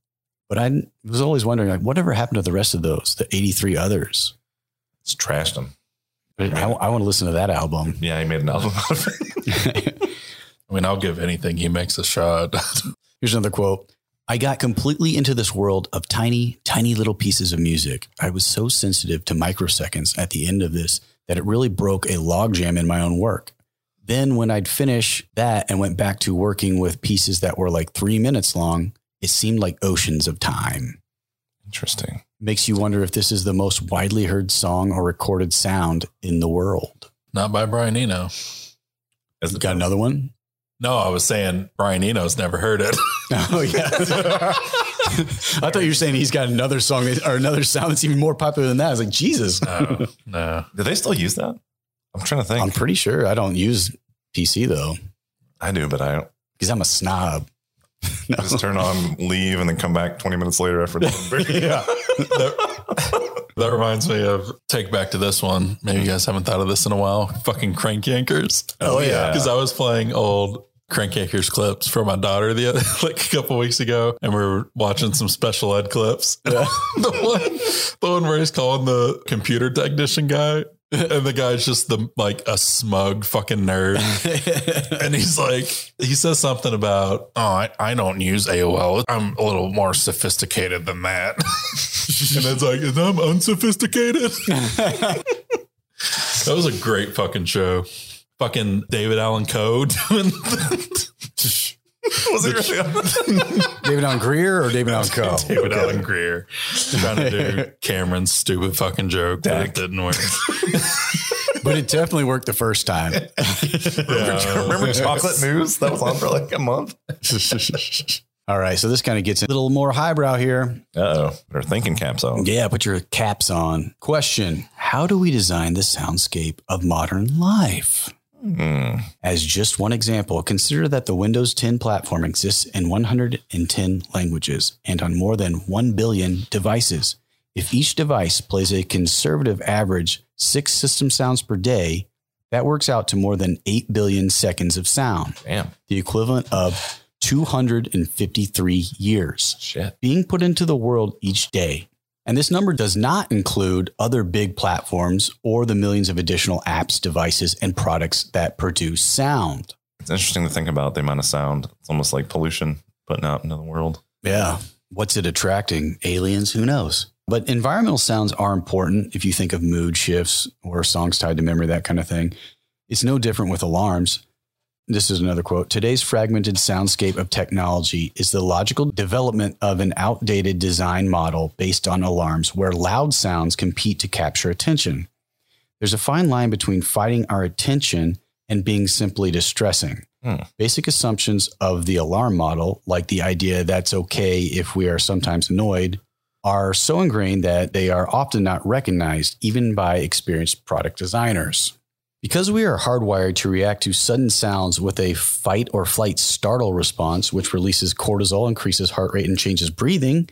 [SPEAKER 2] But I was always wondering, like, whatever happened to the rest of those, the 83 others?
[SPEAKER 1] Just trashed them.
[SPEAKER 2] I, I want to listen to that
[SPEAKER 1] *laughs*
[SPEAKER 2] album.
[SPEAKER 1] Yeah, he made an album out of it.
[SPEAKER 3] I mean, I'll give anything he makes a shot. *laughs*
[SPEAKER 2] Here's another quote. I got completely into this world of tiny, tiny little pieces of music. I was so sensitive to microseconds at the end of this that it really broke a logjam in my own work. Then, when I'd finish that and went back to working with pieces that were like three minutes long, it seemed like oceans of time.
[SPEAKER 1] Interesting.
[SPEAKER 2] Makes you wonder if this is the most widely heard song or recorded sound in the world.
[SPEAKER 3] Not by Brian Eno.
[SPEAKER 1] As
[SPEAKER 2] Got another one?
[SPEAKER 3] No, I was saying Brian Eno's never heard it.
[SPEAKER 2] *laughs* Oh yeah. I thought you were saying he's got another song that, or another sound that's even more popular than that. I was like, Jesus.
[SPEAKER 3] No, Oh, no.
[SPEAKER 1] Do they still use that? I'm trying to
[SPEAKER 2] I'm
[SPEAKER 1] think.
[SPEAKER 2] pretty sure I don't use PC though
[SPEAKER 1] i do, but I don't.
[SPEAKER 2] because I'm a snob.
[SPEAKER 1] I just turn on leave and then come back 20 minutes later *laughs* after.
[SPEAKER 2] *laughs* Yeah.
[SPEAKER 3] That, that reminds me of take back to this one. Maybe you guys haven't thought of this in a while. Fucking crank yankers.
[SPEAKER 1] Oh, yeah.
[SPEAKER 3] Because I was playing old crank yankers clips for my daughter the other *laughs* like a couple weeks ago, and we were watching some special ed clips. *laughs* the one, the one where he's calling the computer technician guy, and the guy's just the like a smug fucking nerd. *laughs* And he's like, he says something about, oh, I, I don't use AOL. I'm a little more sophisticated than that. *laughs* and it's like, "And I'm unsophisticated. *laughs* that was a great fucking show. Fucking David Allen Coe doing. *laughs*
[SPEAKER 1] Was it really?
[SPEAKER 2] David on Greer or David *laughs* on Co?
[SPEAKER 3] David Allen Greer trying to *laughs* do Cameron's stupid fucking joke, but it didn't *laughs* work.
[SPEAKER 2] But it definitely worked the first
[SPEAKER 1] *laughs*
[SPEAKER 2] time.
[SPEAKER 1] Remember chocolate
[SPEAKER 3] *laughs*
[SPEAKER 1] news? That was on for like a month.
[SPEAKER 2] All right. So this kind of gets a little more highbrow here.
[SPEAKER 1] Uh oh. Their thinking caps on.
[SPEAKER 2] Yeah, put your caps on. Question How do we design the soundscape of modern life?
[SPEAKER 1] Hmm.
[SPEAKER 2] As just one example, consider that the Windows 10 platform exists in 110 languages and on more than 1 billion devices. If each device plays a conservative average six system sounds per day, that works out to more than 8 billion seconds of sound,
[SPEAKER 1] Damn.
[SPEAKER 2] the equivalent of 253 years
[SPEAKER 1] Shit.
[SPEAKER 2] being put into the world each day. And this number does not include other big platforms or the millions of additional apps, devices, and products that produce sound.
[SPEAKER 1] It's interesting to think about the amount of sound. It's almost like pollution putting out into the world.
[SPEAKER 2] Yeah. What's it attracting? Aliens? Who knows? But environmental sounds are important if you think of mood shifts or songs tied to memory, that kind of thing. It's no different with alarms. This is another quote. Today's fragmented soundscape of technology is the logical development of an outdated design model based on alarms where loud sounds compete to capture attention. There's a fine line between fighting our attention and being simply distressing.
[SPEAKER 1] Hmm.
[SPEAKER 2] Basic assumptions of the alarm model, like the idea that's okay if we are sometimes annoyed, are so ingrained that they are often not recognized even by experienced product designers. Because we are hardwired to react to sudden sounds with a fight or flight startle response, which releases cortisol, increases heart rate, and changes breathing,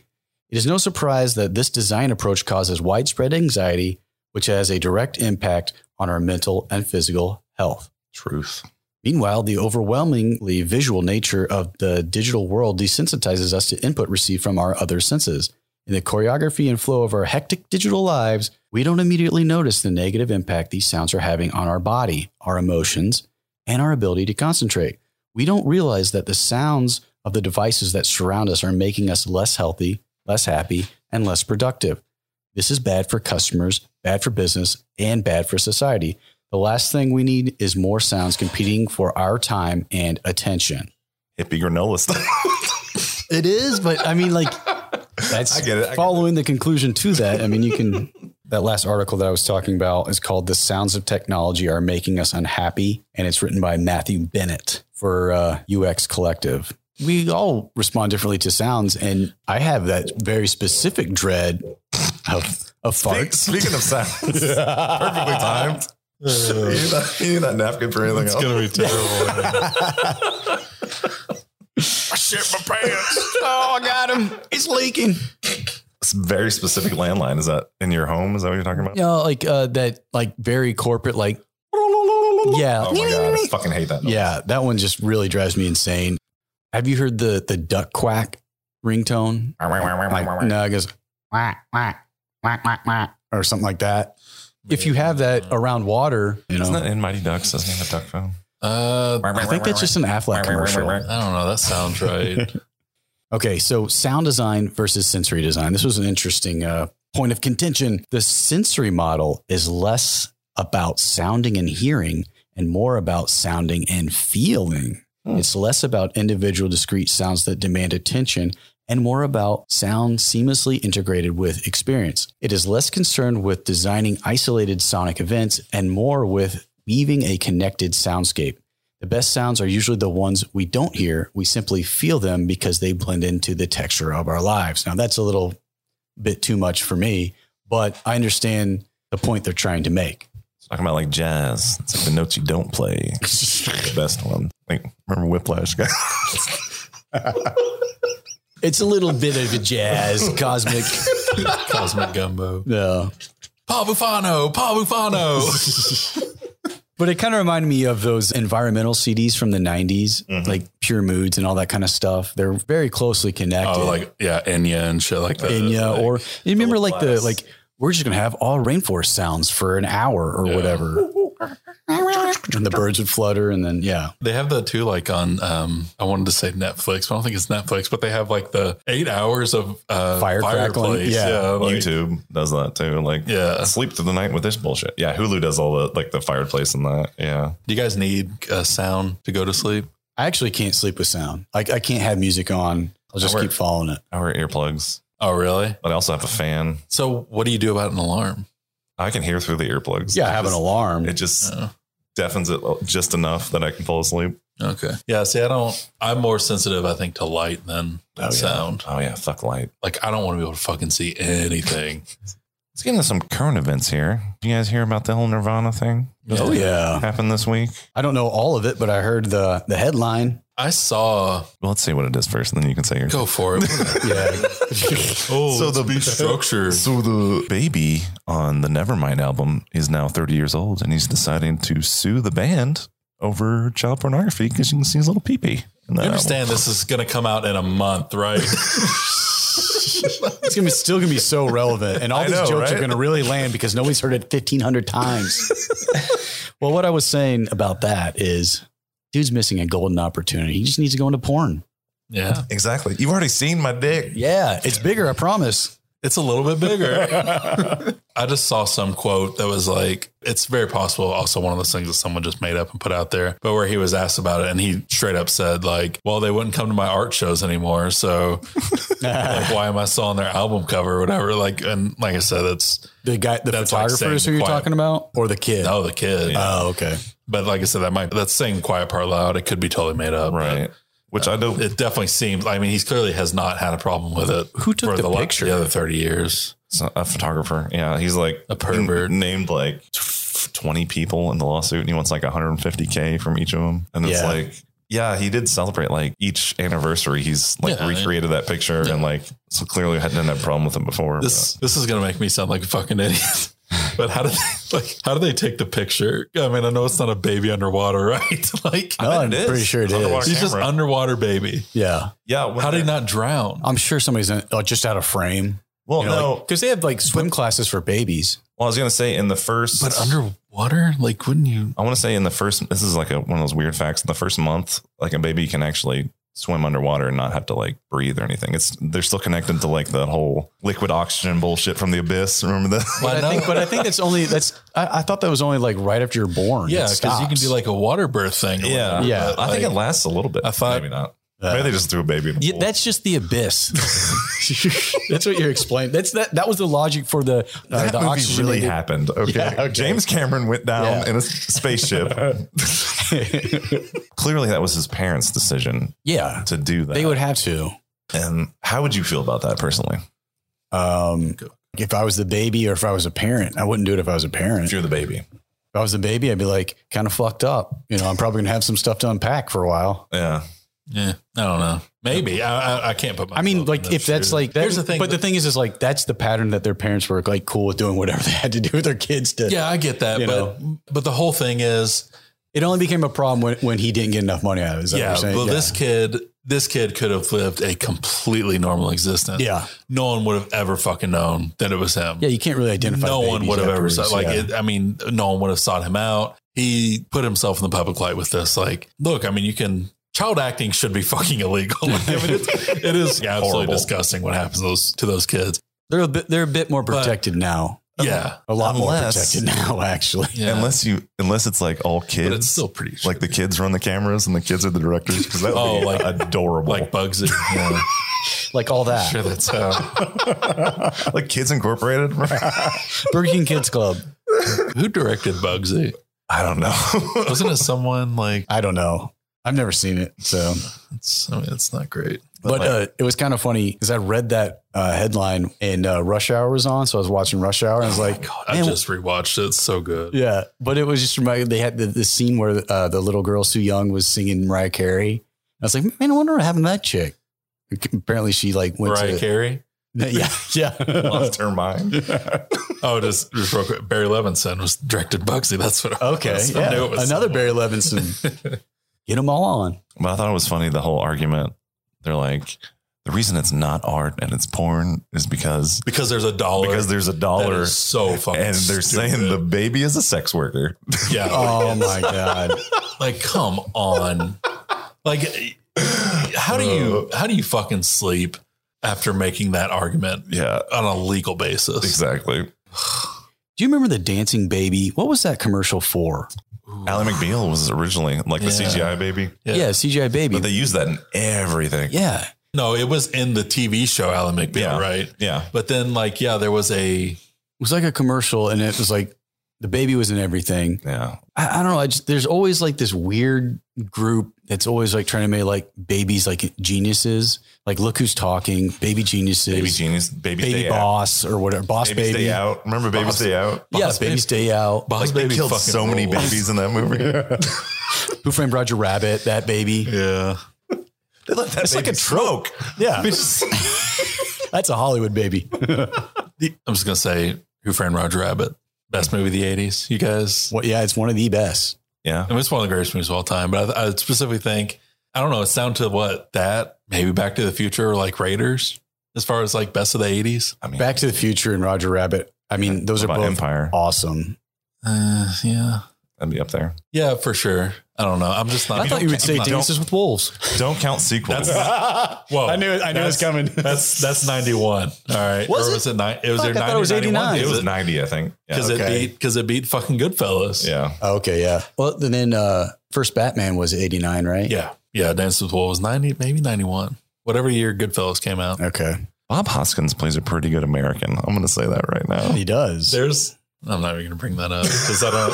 [SPEAKER 2] it is no surprise that this design approach causes widespread anxiety, which has a direct impact on our mental and physical health.
[SPEAKER 1] Truth.
[SPEAKER 2] Meanwhile, the overwhelmingly visual nature of the digital world desensitizes us to input received from our other senses. In the choreography and flow of our hectic digital lives, we don't immediately notice the negative impact these sounds are having on our body, our emotions, and our ability to concentrate. We don't realize that the sounds of the devices that surround us are making us less healthy, less happy, and less productive. This is bad for customers, bad for business, and bad for society. The last thing we need is more sounds competing for our time and attention.
[SPEAKER 1] Hippie granola stuff.
[SPEAKER 2] It is, but I mean, like,
[SPEAKER 1] *laughs*
[SPEAKER 2] that's
[SPEAKER 1] I get it. I get
[SPEAKER 2] following the conclusion to that. I mean, you can. That last article that I was talking about is called "The Sounds of Technology Are Making Us Unhappy," and it's written by Matthew Bennett for uh, UX Collective. We all respond differently to sounds, and I have that very specific dread of of
[SPEAKER 1] Speak- *laughs*
[SPEAKER 2] farts.
[SPEAKER 1] Speaking of *laughs* sounds, perfectly
[SPEAKER 2] *laughs*
[SPEAKER 1] *laughs* timed. you, need that, you need that napkin for anything
[SPEAKER 3] It's
[SPEAKER 1] else.
[SPEAKER 3] gonna be terrible.
[SPEAKER 1] I *laughs* shit my pants.
[SPEAKER 2] Oh, I got him! It's leaking.
[SPEAKER 1] It's a very specific landline. Is that in your home? Is that what you're talking about?
[SPEAKER 2] You know, like uh, that, like very corporate, like yeah,
[SPEAKER 1] Oh my god, I fucking hate that. noise.
[SPEAKER 2] Yeah, that one just really drives me insane. Have you heard the the duck quack ringtone? Like, no, it goes quack quack quack quack quack or something like that. If you have that around water, you
[SPEAKER 1] Isn't
[SPEAKER 2] know,
[SPEAKER 1] that in Mighty Ducks? Doesn't he have a duck phone?
[SPEAKER 3] Uh,
[SPEAKER 2] I think that's just an Affleck commercial.
[SPEAKER 3] I don't know. That sounds right. *laughs*
[SPEAKER 2] Okay, so sound design versus sensory design. This was an interesting uh, point of contention. The sensory model is less about sounding and hearing and more about sounding and feeling.
[SPEAKER 1] Hmm.
[SPEAKER 2] It's less about individual discrete sounds that demand attention and more about sound seamlessly integrated with experience. It is less concerned with designing isolated sonic events and more with weaving a connected soundscape. The best sounds are usually the ones we don't hear. We simply feel them because they blend into the texture of our lives. Now, that's a little bit too much for me, but I understand the point they're trying to make.
[SPEAKER 1] talking about like jazz. It's like the notes you don't *laughs* play. the best one. Like remember Whiplash guy?
[SPEAKER 2] It's a little bit of a *laughs* jazz cosmic.
[SPEAKER 3] Cosmic gumbo.
[SPEAKER 2] No.
[SPEAKER 3] Paul Bufano. Paul Bufano.
[SPEAKER 2] *laughs* But it kind of reminded me of those environmental CDs from the 90s,
[SPEAKER 3] Mm-hmm.
[SPEAKER 1] Mhm.
[SPEAKER 2] like Pure Moods and all that kind of stuff. They're very closely connected.
[SPEAKER 3] oh, like yeah, Enya and shit like that.
[SPEAKER 2] Enya
[SPEAKER 3] Like,
[SPEAKER 2] or you remember like the
[SPEAKER 1] Glass.
[SPEAKER 2] like we're just gonna have all rainforest sounds for an hour or
[SPEAKER 3] Yeah.
[SPEAKER 2] whatever.
[SPEAKER 3] *laughs*
[SPEAKER 2] And the birds would flutter and then yeah.
[SPEAKER 3] They have that too, like on um I wanted to say Netflix, but I don't think it's Netflix, but they have like the eight hours of uh
[SPEAKER 2] Fire crackling, yeah.
[SPEAKER 3] like-
[SPEAKER 1] YouTube does that too. Like
[SPEAKER 3] Oh, Yeah.
[SPEAKER 1] sleep through the night with this bullshit. Yeah, Hulu does all the like the fireplace and that. Yeah.
[SPEAKER 3] Do you guys need uh, sound to go to sleep?
[SPEAKER 2] I actually can't sleep with sound. Like I can't have music on. I'll just
[SPEAKER 3] That
[SPEAKER 2] keep
[SPEAKER 3] works.
[SPEAKER 2] following it.
[SPEAKER 1] I wear earplugs.
[SPEAKER 3] Oh really?
[SPEAKER 1] But I also have a fan.
[SPEAKER 3] So what do you do about an alarm?
[SPEAKER 1] I can hear through the earplugs.
[SPEAKER 2] Yeah, I have an
[SPEAKER 1] It
[SPEAKER 2] alarm.
[SPEAKER 1] just- It just
[SPEAKER 3] Oh,
[SPEAKER 1] deafens it just enough that I can fall asleep.
[SPEAKER 3] okay. Yeah, see I don't I'm more sensitive I think to light than
[SPEAKER 1] Oh, yeah.
[SPEAKER 3] sound.
[SPEAKER 1] Oh yeah, fuck light.
[SPEAKER 3] Like I don't want to be able to fucking see anything.
[SPEAKER 1] Let's get into some current events here. Did you guys hear about the whole Nirvana thing?
[SPEAKER 2] oh yeah.
[SPEAKER 1] Happened this week.
[SPEAKER 2] I don't know all of it, but I heard the the headline.
[SPEAKER 3] I saw
[SPEAKER 1] Well, let's see what it is first, and then you can say your. *laughs*
[SPEAKER 3] go for it.
[SPEAKER 2] Yeah.
[SPEAKER 3] oh
[SPEAKER 1] So
[SPEAKER 3] so
[SPEAKER 1] the-
[SPEAKER 3] the structure.
[SPEAKER 1] So the baby on the Nevermind album is now 30 years old, and he's deciding to sue the band over child pornography because you can see his little pee pee. *laughs*
[SPEAKER 3] You understand this is going to come out in a month, right?
[SPEAKER 2] It's gonna be still gonna be so relevant, and all
[SPEAKER 1] I
[SPEAKER 2] these
[SPEAKER 1] know,
[SPEAKER 2] jokes
[SPEAKER 1] right?
[SPEAKER 2] are gonna really land because nobody's heard it fifteen hundred times. well, what I was saying about that is, dude's missing a golden opportunity. He just needs to go into porn.
[SPEAKER 3] Yeah.
[SPEAKER 1] Exactly. You've already seen my dick.
[SPEAKER 2] Yeah, it's bigger. I promise.
[SPEAKER 3] It's a little
[SPEAKER 1] *laughs*
[SPEAKER 3] bit bigger. I just saw some quote that was like, it's very possible also one of those things that someone just made up and put out there, but where he was asked about it and he straight up said, like, well, they wouldn't come to my art shows anymore.
[SPEAKER 1] *laughs*
[SPEAKER 3] So like, why am I still on their album cover or whatever? Like, and like I said, it's
[SPEAKER 2] The guy, the
[SPEAKER 3] That's like
[SPEAKER 2] photographer
[SPEAKER 3] saying
[SPEAKER 2] is who you're
[SPEAKER 3] quiet-
[SPEAKER 2] talking about, or the kid.
[SPEAKER 3] oh, the kid.
[SPEAKER 2] Oh, okay.
[SPEAKER 3] But like I said, that might, that's saying quiet part loud. It could be totally made up. but
[SPEAKER 1] Right. Which I know
[SPEAKER 3] It definitely seems, I mean, he's clearly has not had a problem with it.
[SPEAKER 2] Who took
[SPEAKER 3] for
[SPEAKER 2] the
[SPEAKER 3] la-
[SPEAKER 2] picture?
[SPEAKER 3] The other 30 years.
[SPEAKER 1] it's not a photographer. Yeah. He's like
[SPEAKER 3] A pervert.
[SPEAKER 1] named like 20 people in the lawsuit and he wants like 150K from each of them. And it's
[SPEAKER 2] Yeah.
[SPEAKER 1] like, yeah, he did celebrate like each anniversary. He's like
[SPEAKER 3] Yeah, I mean-
[SPEAKER 1] recreated that picture and like, so clearly I didn't have a problem with him before.
[SPEAKER 3] This this is gonna make me sound like a
[SPEAKER 2] *laughs*
[SPEAKER 3] fucking idiot. But how do they like? How do they take the picture? I mean, I know it's not a baby underwater, *laughs* right? like
[SPEAKER 2] No, I'm
[SPEAKER 1] it is.
[SPEAKER 2] pretty sure it
[SPEAKER 1] It's on the
[SPEAKER 2] is.
[SPEAKER 1] water.
[SPEAKER 3] he's just
[SPEAKER 1] camera.
[SPEAKER 3] underwater baby.
[SPEAKER 2] Yeah,
[SPEAKER 1] yeah. when
[SPEAKER 3] How did
[SPEAKER 1] they-
[SPEAKER 3] he not drown?
[SPEAKER 2] I'm sure somebody's in, oh, just out of frame.
[SPEAKER 1] Well,
[SPEAKER 2] you know,
[SPEAKER 1] no.
[SPEAKER 2] because they have like swim classes for babies.
[SPEAKER 1] well, I was going to say in the first.
[SPEAKER 3] But underwater, like, wouldn't you?
[SPEAKER 1] I want to say in the first, this is like a, one of those weird facts. In the first month, like a baby can actually swim underwater and not have to like breathe or anything. It's they're still connected to like that whole liquid oxygen bullshit from the abyss. Remember that?
[SPEAKER 3] Why
[SPEAKER 2] But I,
[SPEAKER 3] not?
[SPEAKER 2] think, but I think that's only that's. I, I thought that was only like right after you're born.
[SPEAKER 3] yeah,
[SPEAKER 2] It
[SPEAKER 3] because you can
[SPEAKER 2] stops.
[SPEAKER 3] do like a water birth thing.
[SPEAKER 1] *laughs*
[SPEAKER 3] or
[SPEAKER 1] Yeah.
[SPEAKER 3] whatever,
[SPEAKER 2] Yeah.
[SPEAKER 3] but,
[SPEAKER 1] I think
[SPEAKER 3] like,
[SPEAKER 1] it lasts a little bit.
[SPEAKER 3] I thought-
[SPEAKER 1] maybe not.
[SPEAKER 2] Uh,
[SPEAKER 1] maybe they just threw a baby. In the
[SPEAKER 2] *laughs* Yeah,
[SPEAKER 1] pool.
[SPEAKER 2] that's just the abyss. *laughs* that's what you're explaining. That's that. That was the logic for the uh,
[SPEAKER 1] that
[SPEAKER 2] the
[SPEAKER 1] movie
[SPEAKER 2] oxygen.
[SPEAKER 1] really
[SPEAKER 2] they
[SPEAKER 1] happened. Okay.
[SPEAKER 2] Yeah, okay.
[SPEAKER 1] James Cameron went down
[SPEAKER 2] Yeah.
[SPEAKER 1] in a s-
[SPEAKER 2] *laughs*
[SPEAKER 1] spaceship. Clearly, that was his parents' decision
[SPEAKER 2] did. yeah,
[SPEAKER 1] to do that.
[SPEAKER 2] they would have to.
[SPEAKER 1] and how would you feel about that personally?
[SPEAKER 2] Um, if I was the baby or if I was a parent, I wouldn't do it. If I was a parent,
[SPEAKER 1] If
[SPEAKER 2] if
[SPEAKER 1] you're the baby.
[SPEAKER 2] I was the baby, I'd be like kind of fucked up. You know, I'm probably gonna have some stuff to unpack for a while.
[SPEAKER 1] Yeah.
[SPEAKER 3] yeah, I don't know. Maybe I, I, I can't put.
[SPEAKER 2] I mean,
[SPEAKER 3] myself in
[SPEAKER 2] like
[SPEAKER 3] that
[SPEAKER 2] if that's
[SPEAKER 3] shoe.
[SPEAKER 2] like that,
[SPEAKER 3] here's the thing.
[SPEAKER 2] But the thing is, is like that's the pattern that their parents were like cool with doing whatever *laughs* they had to do with their kids to.
[SPEAKER 3] yeah, I get that.
[SPEAKER 2] You
[SPEAKER 3] But but the whole thing is,
[SPEAKER 2] It only became a problem when, when he didn't get enough money out of it. Is that
[SPEAKER 3] yeah.
[SPEAKER 2] what you're saying?
[SPEAKER 3] Well,
[SPEAKER 2] yeah.
[SPEAKER 3] this kid, this kid could have lived a completely normal existence.
[SPEAKER 2] yeah,
[SPEAKER 3] no one would have ever fucking known that it was him.
[SPEAKER 2] yeah, you can't really identify.
[SPEAKER 3] no one
[SPEAKER 2] babies
[SPEAKER 3] would have ever
[SPEAKER 2] afterwards,
[SPEAKER 3] said, like,
[SPEAKER 2] yeah.
[SPEAKER 3] it, I mean, no one would have sought him out. He put himself in the public light with this. Like, look, I mean, you can. Child acting should be *laughs* fucking illegal. Like, I mean, it's, it is absolutely
[SPEAKER 1] Horrible.
[SPEAKER 3] disgusting what happens to those, to those kids.
[SPEAKER 2] They're a bit they're a bit more protected now.
[SPEAKER 3] Yeah,
[SPEAKER 2] A lot
[SPEAKER 1] Unless-
[SPEAKER 2] more protected *laughs* now, actually.
[SPEAKER 3] yeah.
[SPEAKER 1] Unless you, unless it's like all kids.
[SPEAKER 3] but it's still pretty.
[SPEAKER 1] like the kids run the cameras and the kids are the directors because that would
[SPEAKER 3] Oh,
[SPEAKER 1] be
[SPEAKER 3] like-
[SPEAKER 1] adorable.
[SPEAKER 3] like Bugsy. Yeah.
[SPEAKER 2] Like all that.
[SPEAKER 3] sure, that's how.
[SPEAKER 1] *laughs* Like, Kids Incorporated. *laughs*
[SPEAKER 2] Burger King Kids Club.
[SPEAKER 3] Who directed Bugsy?
[SPEAKER 1] I don't know. *laughs*
[SPEAKER 3] Wasn't it someone like?
[SPEAKER 2] I don't know. I've never seen it. So,
[SPEAKER 3] It's, I mean, it's not great.
[SPEAKER 2] but uh, it was kind of funny because I read that uh, headline and uh, Rush Hour was on. So I was watching Rush Hour and I was like,
[SPEAKER 3] Oh God, I
[SPEAKER 2] man,
[SPEAKER 3] just rewatched it. It's so good.
[SPEAKER 2] Yeah, but it was just reminded. They had the, the scene where uh, the little girl Sue Young was singing Mariah Carey. I was like, man, I wonder what happened to that chick. Apparently, she like went
[SPEAKER 3] Mariah
[SPEAKER 2] to
[SPEAKER 3] Carey.
[SPEAKER 2] *laughs* yeah, yeah.
[SPEAKER 1] uh, Lost her mind.
[SPEAKER 3] Oh, just, just real quick. Barry Levinson was directed Bugsy. That's what.
[SPEAKER 2] *laughs*
[SPEAKER 3] I
[SPEAKER 2] okay,
[SPEAKER 3] was. I
[SPEAKER 2] yeah.
[SPEAKER 3] knew it was
[SPEAKER 2] Another
[SPEAKER 3] someone.
[SPEAKER 2] Barry Levinson.
[SPEAKER 3] *laughs*
[SPEAKER 2] Get them all on.
[SPEAKER 1] But I thought it was funny the whole argument. They're like, the reason it's not art and it's porn is because
[SPEAKER 3] because there's a dollar.
[SPEAKER 1] because there's a
[SPEAKER 3] That
[SPEAKER 1] dollar
[SPEAKER 3] is so fucking.
[SPEAKER 1] and they're saying the
[SPEAKER 3] stupid.
[SPEAKER 1] baby is a sex worker. *laughs*
[SPEAKER 3] yeah.
[SPEAKER 2] Oh my god.
[SPEAKER 3] Like, come on. Like, how do you
[SPEAKER 1] Uh,
[SPEAKER 3] how do you fucking sleep after making that argument
[SPEAKER 1] Yeah,
[SPEAKER 3] on a legal basis?
[SPEAKER 1] exactly.
[SPEAKER 2] Do you remember the dancing baby? What was that commercial for?
[SPEAKER 3] Ooh.
[SPEAKER 1] Ally McBeal was originally like the
[SPEAKER 3] Yeah.
[SPEAKER 1] CGI baby,
[SPEAKER 3] Yeah.
[SPEAKER 2] Yeah, CGI baby.
[SPEAKER 1] but they use that in everything.
[SPEAKER 2] yeah,
[SPEAKER 3] No, it was in the TV show Alan McBeal,
[SPEAKER 1] Yeah.
[SPEAKER 3] right?
[SPEAKER 1] Yeah.
[SPEAKER 3] But then, like, yeah, there was a
[SPEAKER 2] it was like a commercial, and it was like the baby was in everything.
[SPEAKER 1] Yeah.
[SPEAKER 2] I, I don't know. I just, there's always like this weird group that's always like trying to make like babies like geniuses. Like, look who's talking, baby geniuses,
[SPEAKER 1] Baby
[SPEAKER 2] baby,
[SPEAKER 1] genius, baby, day out.
[SPEAKER 2] boss or whatever, boss
[SPEAKER 1] Baby's
[SPEAKER 2] baby.
[SPEAKER 1] day out. Remember baby's
[SPEAKER 3] Boss-
[SPEAKER 1] day out?
[SPEAKER 2] Yeah,
[SPEAKER 3] Boss
[SPEAKER 2] babies day out.
[SPEAKER 3] Boss
[SPEAKER 1] Like, they
[SPEAKER 3] Baby
[SPEAKER 1] killed
[SPEAKER 3] fucking
[SPEAKER 1] so many
[SPEAKER 3] rules.
[SPEAKER 1] babies in that movie.
[SPEAKER 2] Who framed Roger Rabbit? That baby.
[SPEAKER 3] *laughs* Yeah.
[SPEAKER 1] They *laughs* let that
[SPEAKER 2] It's like
[SPEAKER 1] baby
[SPEAKER 2] a trope. Yeah,
[SPEAKER 1] smoke.
[SPEAKER 2] that's a Hollywood baby.
[SPEAKER 3] I'm just gonna say Who Framed Roger Rabbit? Best movie of the '80s, you guys.
[SPEAKER 2] Well, yeah, it's one of the best.
[SPEAKER 1] *laughs* yeah.
[SPEAKER 3] I mean, it's one of the greatest movies of all time. But I, I specifically think I don't know. It's down to what that maybe Back to the Future, or like Raiders. as far as like best of the 80s?
[SPEAKER 1] I mean,
[SPEAKER 2] Back to the Future and Roger Rabbit. I mean, those are
[SPEAKER 1] about
[SPEAKER 2] both
[SPEAKER 1] Empire.
[SPEAKER 2] awesome.
[SPEAKER 3] Uh, yeah.
[SPEAKER 1] That'd be up there.
[SPEAKER 3] Yeah, for sure. I don't know. I'm just not.
[SPEAKER 2] I thought you would say
[SPEAKER 1] don't-
[SPEAKER 2] Dances with Wolves.
[SPEAKER 1] Don't count
[SPEAKER 2] *laughs*
[SPEAKER 1] sequels.
[SPEAKER 3] Whoa.
[SPEAKER 2] I knew it. I knew it was
[SPEAKER 3] That's-
[SPEAKER 2] coming.
[SPEAKER 3] *laughs* That's that's 91. All right.
[SPEAKER 2] Was
[SPEAKER 3] or
[SPEAKER 2] it?
[SPEAKER 3] was it nine? It was
[SPEAKER 2] Fuck,
[SPEAKER 3] their
[SPEAKER 2] I thought it was
[SPEAKER 3] 90,
[SPEAKER 1] it
[SPEAKER 2] 89.
[SPEAKER 1] was 90, I think. Yeah.
[SPEAKER 3] Because
[SPEAKER 2] Okay.
[SPEAKER 3] it beat because it beat fucking Goodfellas.
[SPEAKER 1] yeah.
[SPEAKER 2] *laughs* okay, yeah. Well, and then uh, first Batman was eighty nine, right?
[SPEAKER 3] Yeah. Yeah. Dance with Wolves 90, maybe 91. Whatever year Goodfellas came out.
[SPEAKER 2] Okay,
[SPEAKER 1] Bob Hoskins plays a pretty good American. I'm going to say that right now.
[SPEAKER 2] he does.
[SPEAKER 3] There's I'm not even gonna bring that up because I don't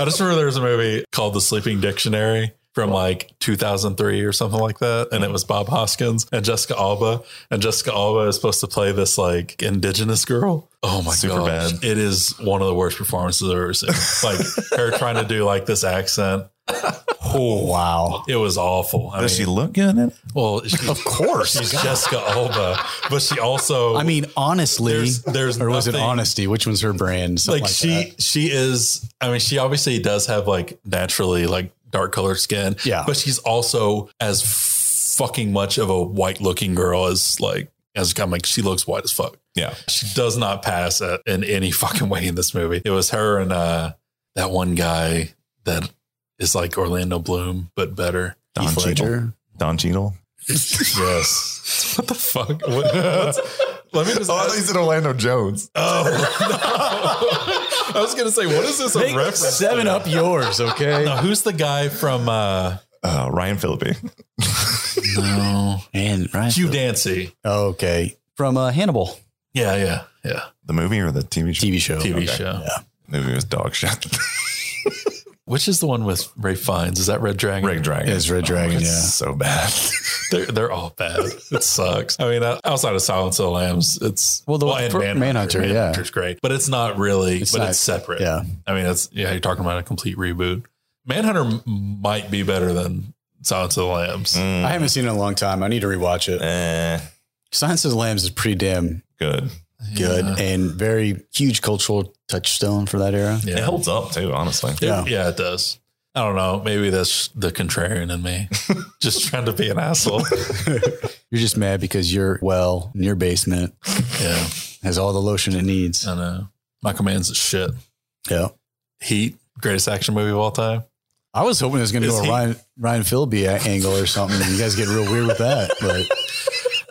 [SPEAKER 3] I just remember there was a movie called The Sleeping Dictionary from like 2003 or something like that and it was Bob Hoskins and Jessica Alba and Jessica Alba is supposed to play this like indigenous girl oh my
[SPEAKER 1] Super
[SPEAKER 3] gosh
[SPEAKER 1] bad.
[SPEAKER 3] it is one of the worst performances I've ever seen like her trying to do like this accent
[SPEAKER 2] oh wow.
[SPEAKER 3] it was awful I
[SPEAKER 1] Does she Oh
[SPEAKER 3] mean,
[SPEAKER 1] look good in it?
[SPEAKER 3] well
[SPEAKER 1] *laughs*
[SPEAKER 3] she,
[SPEAKER 2] Of course.
[SPEAKER 3] she's Jessica Alba but she also
[SPEAKER 2] I mean, honestly,
[SPEAKER 3] there's there's
[SPEAKER 2] or was it
[SPEAKER 3] nothing-
[SPEAKER 2] honesty? Which one's her brand? Something
[SPEAKER 3] like, she
[SPEAKER 2] that.
[SPEAKER 3] she is i mean she obviously does have like naturally like dark colored skin
[SPEAKER 2] Yeah.
[SPEAKER 3] but she's also as fucking much of a white looking girl as like as i'm like she looks white as fuck
[SPEAKER 1] Yeah.
[SPEAKER 3] she does not pass at, in any *laughs* fucking way in this movie it was her and uh that one guy that is like orlando bloom but better
[SPEAKER 1] Don
[SPEAKER 2] Heath
[SPEAKER 1] Cheadle.
[SPEAKER 2] Ledger.
[SPEAKER 1] Don *laughs* Cheadle.
[SPEAKER 3] *laughs* yes what the fuck What- what's- let me just
[SPEAKER 1] he's in Orlando Jones.
[SPEAKER 3] oh no. *laughs* i was gonna say what is this a
[SPEAKER 2] Make
[SPEAKER 3] reference to?
[SPEAKER 2] seven up yours, okay?
[SPEAKER 3] Now, who's the guy from uh
[SPEAKER 1] Uh, Ryan Phillippe.
[SPEAKER 3] no
[SPEAKER 2] *laughs* and right,
[SPEAKER 3] Hugh Dancy?
[SPEAKER 2] okay, from uh, Hannibal
[SPEAKER 3] Yeah, yeah, yeah.
[SPEAKER 1] The movie or the TV show?
[SPEAKER 2] TV show.
[SPEAKER 3] TV
[SPEAKER 1] Okay.
[SPEAKER 3] show.
[SPEAKER 2] Yeah.
[SPEAKER 1] The movie was dog shit.
[SPEAKER 3] Which is the one with Ray Fiennes? Is that Red Dragon?
[SPEAKER 1] Red Dragon. Oh,
[SPEAKER 2] It's Red Dragon.
[SPEAKER 1] It's
[SPEAKER 2] yeah.
[SPEAKER 1] so bad. *laughs*
[SPEAKER 3] They're they're all bad. It sucks. I mean, uh, outside of Silence of the Lambs, it's
[SPEAKER 2] Well, the one
[SPEAKER 3] and
[SPEAKER 2] for- Manhunter, yeah.
[SPEAKER 3] Manhunter's great, but it's not really.
[SPEAKER 2] It's
[SPEAKER 3] but
[SPEAKER 2] not-
[SPEAKER 3] it's separate.
[SPEAKER 2] Yeah.
[SPEAKER 3] I mean, it's yeah. You're talking about a complete reboot. Manhunter m- might be better than Silence of the Lambs.
[SPEAKER 2] I haven't seen it in a long time. I need to rewatch it.
[SPEAKER 1] Mm. Eh,
[SPEAKER 2] Science of the Lambs is pretty damn
[SPEAKER 1] good.
[SPEAKER 2] good
[SPEAKER 3] Yeah.
[SPEAKER 2] and very huge cultural touchstone for that era.
[SPEAKER 1] It
[SPEAKER 3] Yeah.
[SPEAKER 1] holds up too, honestly.
[SPEAKER 3] Yeah.
[SPEAKER 2] Yeah.
[SPEAKER 3] yeah, it does. I don't know. Maybe that's the contrarian in *laughs* me, just trying to be an asshole.
[SPEAKER 2] You're just mad because your well in your basement
[SPEAKER 3] Yeah,
[SPEAKER 2] has all the lotion it needs.
[SPEAKER 3] I know. Michael Mann's a shit.
[SPEAKER 2] Yeah.
[SPEAKER 3] Heat, greatest action movie of all time.
[SPEAKER 2] I was hoping there was going to
[SPEAKER 3] Is
[SPEAKER 2] go a
[SPEAKER 3] he-
[SPEAKER 2] Ryan, Ryan Philby a- angle or something. You guys get real weird with that, but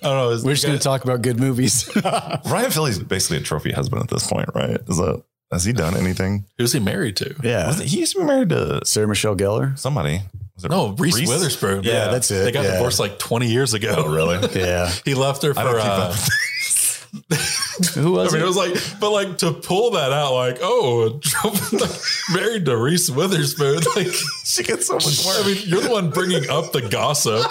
[SPEAKER 3] I don't know. Is
[SPEAKER 2] we're just going to talk about good movies.
[SPEAKER 1] *laughs* Ryan Phillippe's basically a trophy husband at this point, right? Is that has he done anything?
[SPEAKER 3] who's he married to?
[SPEAKER 2] *laughs* yeah.
[SPEAKER 1] Was it- he used to be married to
[SPEAKER 2] Sarah Michelle Gellar.
[SPEAKER 1] somebody. Was it
[SPEAKER 3] No, Reese,
[SPEAKER 1] Reese?
[SPEAKER 3] Witherspoon.
[SPEAKER 2] Yeah, that's it.
[SPEAKER 3] They got
[SPEAKER 2] Yeah.
[SPEAKER 3] divorced like 20 years ago.
[SPEAKER 1] Oh, really?
[SPEAKER 2] Yeah.
[SPEAKER 3] *laughs* He left her for.
[SPEAKER 1] *laughs* I don't keep
[SPEAKER 3] uh, *laughs*
[SPEAKER 1] up.
[SPEAKER 2] Who
[SPEAKER 3] I
[SPEAKER 2] was
[SPEAKER 3] mean, it
[SPEAKER 2] it?
[SPEAKER 3] was like, but like to pull that out, like, oh, *laughs* like, married to Reese Witherspoon. *laughs* Like,
[SPEAKER 1] *laughs* She gets so much
[SPEAKER 3] I mean, you're the one bringing up the
[SPEAKER 2] *laughs*
[SPEAKER 3] gossip. *laughs*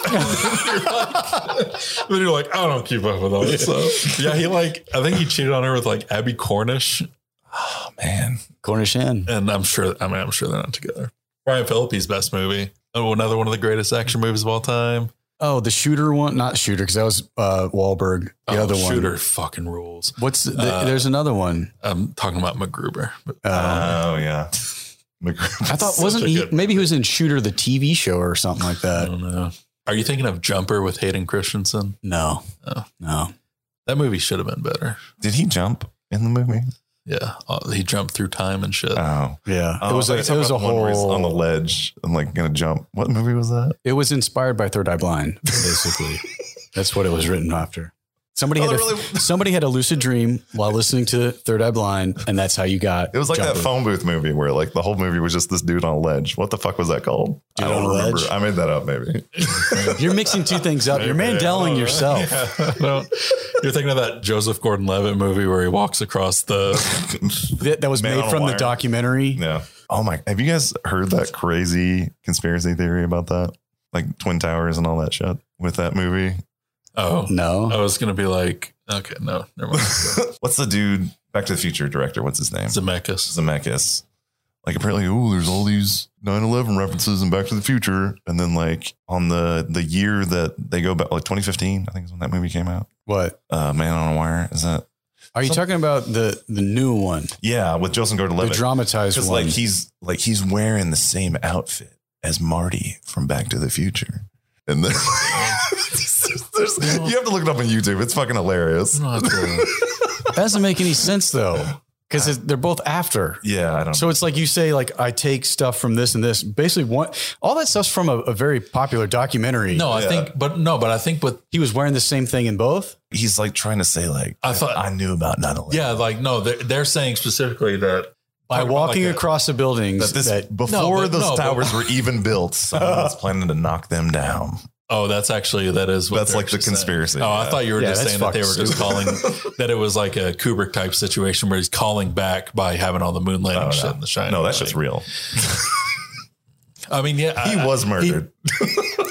[SPEAKER 3] You're like- then you're like, I don't keep up with all this stuff. Yeah, he like, I think he cheated on her with like Abby Cornish,
[SPEAKER 1] *laughs* Man,
[SPEAKER 2] Cornish Hen.
[SPEAKER 3] and I'm sure. I mean, I'm sure they're not together. Brian Phillippe's best movie. Oh, another one of the greatest action movies of all time.
[SPEAKER 2] Oh, the shooter one. Not shooter, because that was uh, Wahlberg. The
[SPEAKER 3] Oh,
[SPEAKER 2] other one.
[SPEAKER 3] shooter fucking rules.
[SPEAKER 2] What's the,
[SPEAKER 3] Uh,
[SPEAKER 2] there's another one.
[SPEAKER 3] I'm talking about MacGruber. But
[SPEAKER 2] Um,
[SPEAKER 1] Oh yeah.
[SPEAKER 2] I thought
[SPEAKER 3] such
[SPEAKER 2] wasn't
[SPEAKER 3] a
[SPEAKER 2] he?
[SPEAKER 3] good
[SPEAKER 2] Maybe he was in Shooter, the TV show, or something like
[SPEAKER 3] I
[SPEAKER 2] that.
[SPEAKER 3] don't know. Are you thinking of Jumper with Hayden Christensen?
[SPEAKER 2] No,
[SPEAKER 3] Oh.
[SPEAKER 2] no.
[SPEAKER 3] That movie should have been better.
[SPEAKER 1] Did he jump in the movie?
[SPEAKER 3] Yeah, Oh, he jumped through time
[SPEAKER 2] Ah.
[SPEAKER 3] and *laughs* shit.
[SPEAKER 1] Oh,
[SPEAKER 2] Yeah,
[SPEAKER 1] Oh,
[SPEAKER 2] it was
[SPEAKER 1] I thought
[SPEAKER 2] a, it
[SPEAKER 1] you were
[SPEAKER 2] was a
[SPEAKER 1] talking about the one where he's
[SPEAKER 2] whole.
[SPEAKER 1] on the ledge and like gonna jump. What movie was that?
[SPEAKER 2] It was inspired by Third Eye Blind,
[SPEAKER 1] *laughs*
[SPEAKER 2] basically. That's what it was written after. Somebody
[SPEAKER 1] Oh,
[SPEAKER 2] had a,
[SPEAKER 1] it really-
[SPEAKER 2] somebody had a lucid dream while listening to Third Eye Blind, and that's how you got.
[SPEAKER 1] It was like
[SPEAKER 2] Jumper.
[SPEAKER 1] that phone booth movie where like the whole movie was just this dude on a ledge. What the fuck was that called?
[SPEAKER 2] Dude
[SPEAKER 1] I don't
[SPEAKER 2] on a
[SPEAKER 1] remember.
[SPEAKER 2] ledge?
[SPEAKER 1] I made that up maybe.
[SPEAKER 2] You're mixing two things up. You're
[SPEAKER 3] Maybe.
[SPEAKER 2] Mandeling yourself.
[SPEAKER 3] Yeah. I don't- you're thinking of that Joseph Gordon-Levitt movie where he walks across the.
[SPEAKER 2] That, that was
[SPEAKER 1] Man on
[SPEAKER 2] made
[SPEAKER 1] a
[SPEAKER 2] from the
[SPEAKER 1] wire.
[SPEAKER 2] documentary.
[SPEAKER 1] Yeah. Oh my have you guys heard that crazy conspiracy theory about that? Like Twin Towers and all that shit with that movie? *laughs*
[SPEAKER 3] Oh,
[SPEAKER 2] No,
[SPEAKER 3] I was gonna be like, okay, no,
[SPEAKER 1] *laughs*
[SPEAKER 3] never mind.
[SPEAKER 1] What's the dude Back to the Future director? What's his name?
[SPEAKER 3] Zemeckis.
[SPEAKER 1] Zemeckis. Like apparently, oh, there's all these 9/11 references and Back to the Future, and then like on the the year that they go back, like 2015, I think is when that movie came out.
[SPEAKER 2] what
[SPEAKER 1] Uh, Man on a Wire is that?
[SPEAKER 2] are you
[SPEAKER 1] Some-
[SPEAKER 2] talking about? The the new one,
[SPEAKER 1] Yeah, with Joseph
[SPEAKER 2] the
[SPEAKER 1] Gordon-Levitt.
[SPEAKER 2] dramatized
[SPEAKER 1] Because
[SPEAKER 2] one.
[SPEAKER 1] like he's like he's wearing the same outfit as Marty from Back to the Future, and then *laughs* There's- you have to look it up on YouTube. It's fucking hilarious. *laughs*
[SPEAKER 3] Not the-
[SPEAKER 2] doesn't make any sense though, because they're both after.
[SPEAKER 1] Yeah, I don't.
[SPEAKER 2] So it's like you say, like I take stuff from this and this. Basically, one all that stuff's from a, a very popular documentary.
[SPEAKER 3] no, I
[SPEAKER 1] Yeah.
[SPEAKER 3] think, but no, but I think with
[SPEAKER 2] he was wearing the same thing in both.
[SPEAKER 1] He's like trying to say like
[SPEAKER 3] I thought-
[SPEAKER 1] I knew about 9/11.
[SPEAKER 3] yeah, like no, they're, they're saying specifically that
[SPEAKER 2] By
[SPEAKER 3] Talk about
[SPEAKER 2] walking
[SPEAKER 3] like a-
[SPEAKER 2] across the buildings,
[SPEAKER 1] That this
[SPEAKER 2] that
[SPEAKER 1] before
[SPEAKER 3] but-
[SPEAKER 1] those
[SPEAKER 3] no, but-
[SPEAKER 1] towers were even *laughs* built, someone was planning to knock them down.
[SPEAKER 3] Oh, that's actually that is what
[SPEAKER 1] That's
[SPEAKER 3] they're
[SPEAKER 1] like the
[SPEAKER 3] actually saying.
[SPEAKER 1] conspiracy.
[SPEAKER 3] Oh, I
[SPEAKER 1] Yeah.
[SPEAKER 3] thought you were
[SPEAKER 2] Yeah,
[SPEAKER 3] just
[SPEAKER 2] that's
[SPEAKER 3] saying that they were
[SPEAKER 2] fucking
[SPEAKER 3] just calling
[SPEAKER 1] *laughs*
[SPEAKER 3] that it was like a Kubrick type situation where he's calling back by having all the moon landing
[SPEAKER 1] Oh,
[SPEAKER 3] shit
[SPEAKER 1] no.
[SPEAKER 3] in the shine.
[SPEAKER 1] No, that's just real.
[SPEAKER 3] I mean, yeah,
[SPEAKER 1] He
[SPEAKER 3] I,
[SPEAKER 1] was murdered.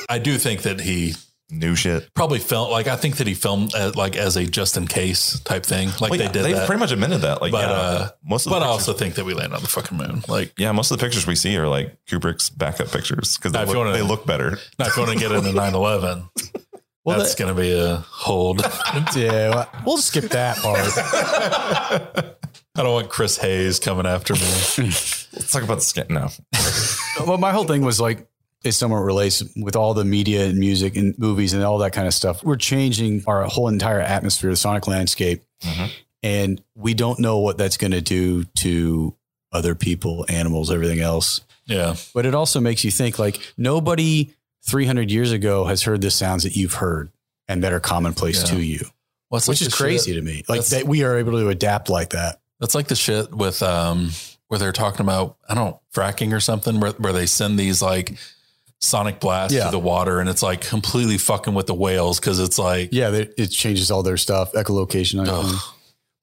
[SPEAKER 3] I do think that he
[SPEAKER 1] New shit.
[SPEAKER 3] probably felt like I think that he filmed uh like as a just in case type thing,
[SPEAKER 1] Well,
[SPEAKER 3] like they
[SPEAKER 1] yeah,
[SPEAKER 3] did that.
[SPEAKER 1] pretty much admitted that. Like,
[SPEAKER 3] But,
[SPEAKER 1] yeah,
[SPEAKER 3] uh,
[SPEAKER 1] most of the
[SPEAKER 3] but I
[SPEAKER 1] pictures-
[SPEAKER 3] also think that we landed on the fucking moon. Like,
[SPEAKER 1] yeah, most of the pictures we see are like Kubrick's backup pictures because
[SPEAKER 3] Now,
[SPEAKER 1] they,
[SPEAKER 3] if you
[SPEAKER 1] look-
[SPEAKER 3] wanna-
[SPEAKER 1] they look better.
[SPEAKER 3] not if you want to get into 9 11,
[SPEAKER 2] well,
[SPEAKER 3] that's
[SPEAKER 2] that-
[SPEAKER 3] going to be a hold. *laughs* I
[SPEAKER 2] yeah, well, we'll skip that part.
[SPEAKER 3] don't want Chris Hayes coming after me.
[SPEAKER 1] Let's talk about the skin. No,
[SPEAKER 2] well, my whole thing was like. It somewhat relates with all the media and music and movies and all that kind of stuff. We're changing our whole entire atmosphere, the sonic landscape,
[SPEAKER 3] Mm-hmm.
[SPEAKER 1] Mhm.
[SPEAKER 2] and we don't know what that's going to do to other people, animals, everything else.
[SPEAKER 3] Yeah.
[SPEAKER 2] but it also makes you think like nobody 300 years ago has heard the sounds that you've heard and that are commonplace
[SPEAKER 3] Yeah.
[SPEAKER 2] to you,
[SPEAKER 3] What's
[SPEAKER 2] which is crazy to me. Like
[SPEAKER 3] That's-
[SPEAKER 2] that we are able to adapt like that.
[SPEAKER 3] That's like the shit with um where they're talking about I don't know, fracking or something where, where they send these like sonic blasts
[SPEAKER 2] Yeah.
[SPEAKER 3] to the water and it's like completely fucking with the whales because
[SPEAKER 2] *laughs*
[SPEAKER 3] it's like
[SPEAKER 2] Yeah, they, it changes all their stuff, echolocation.
[SPEAKER 3] Ugh.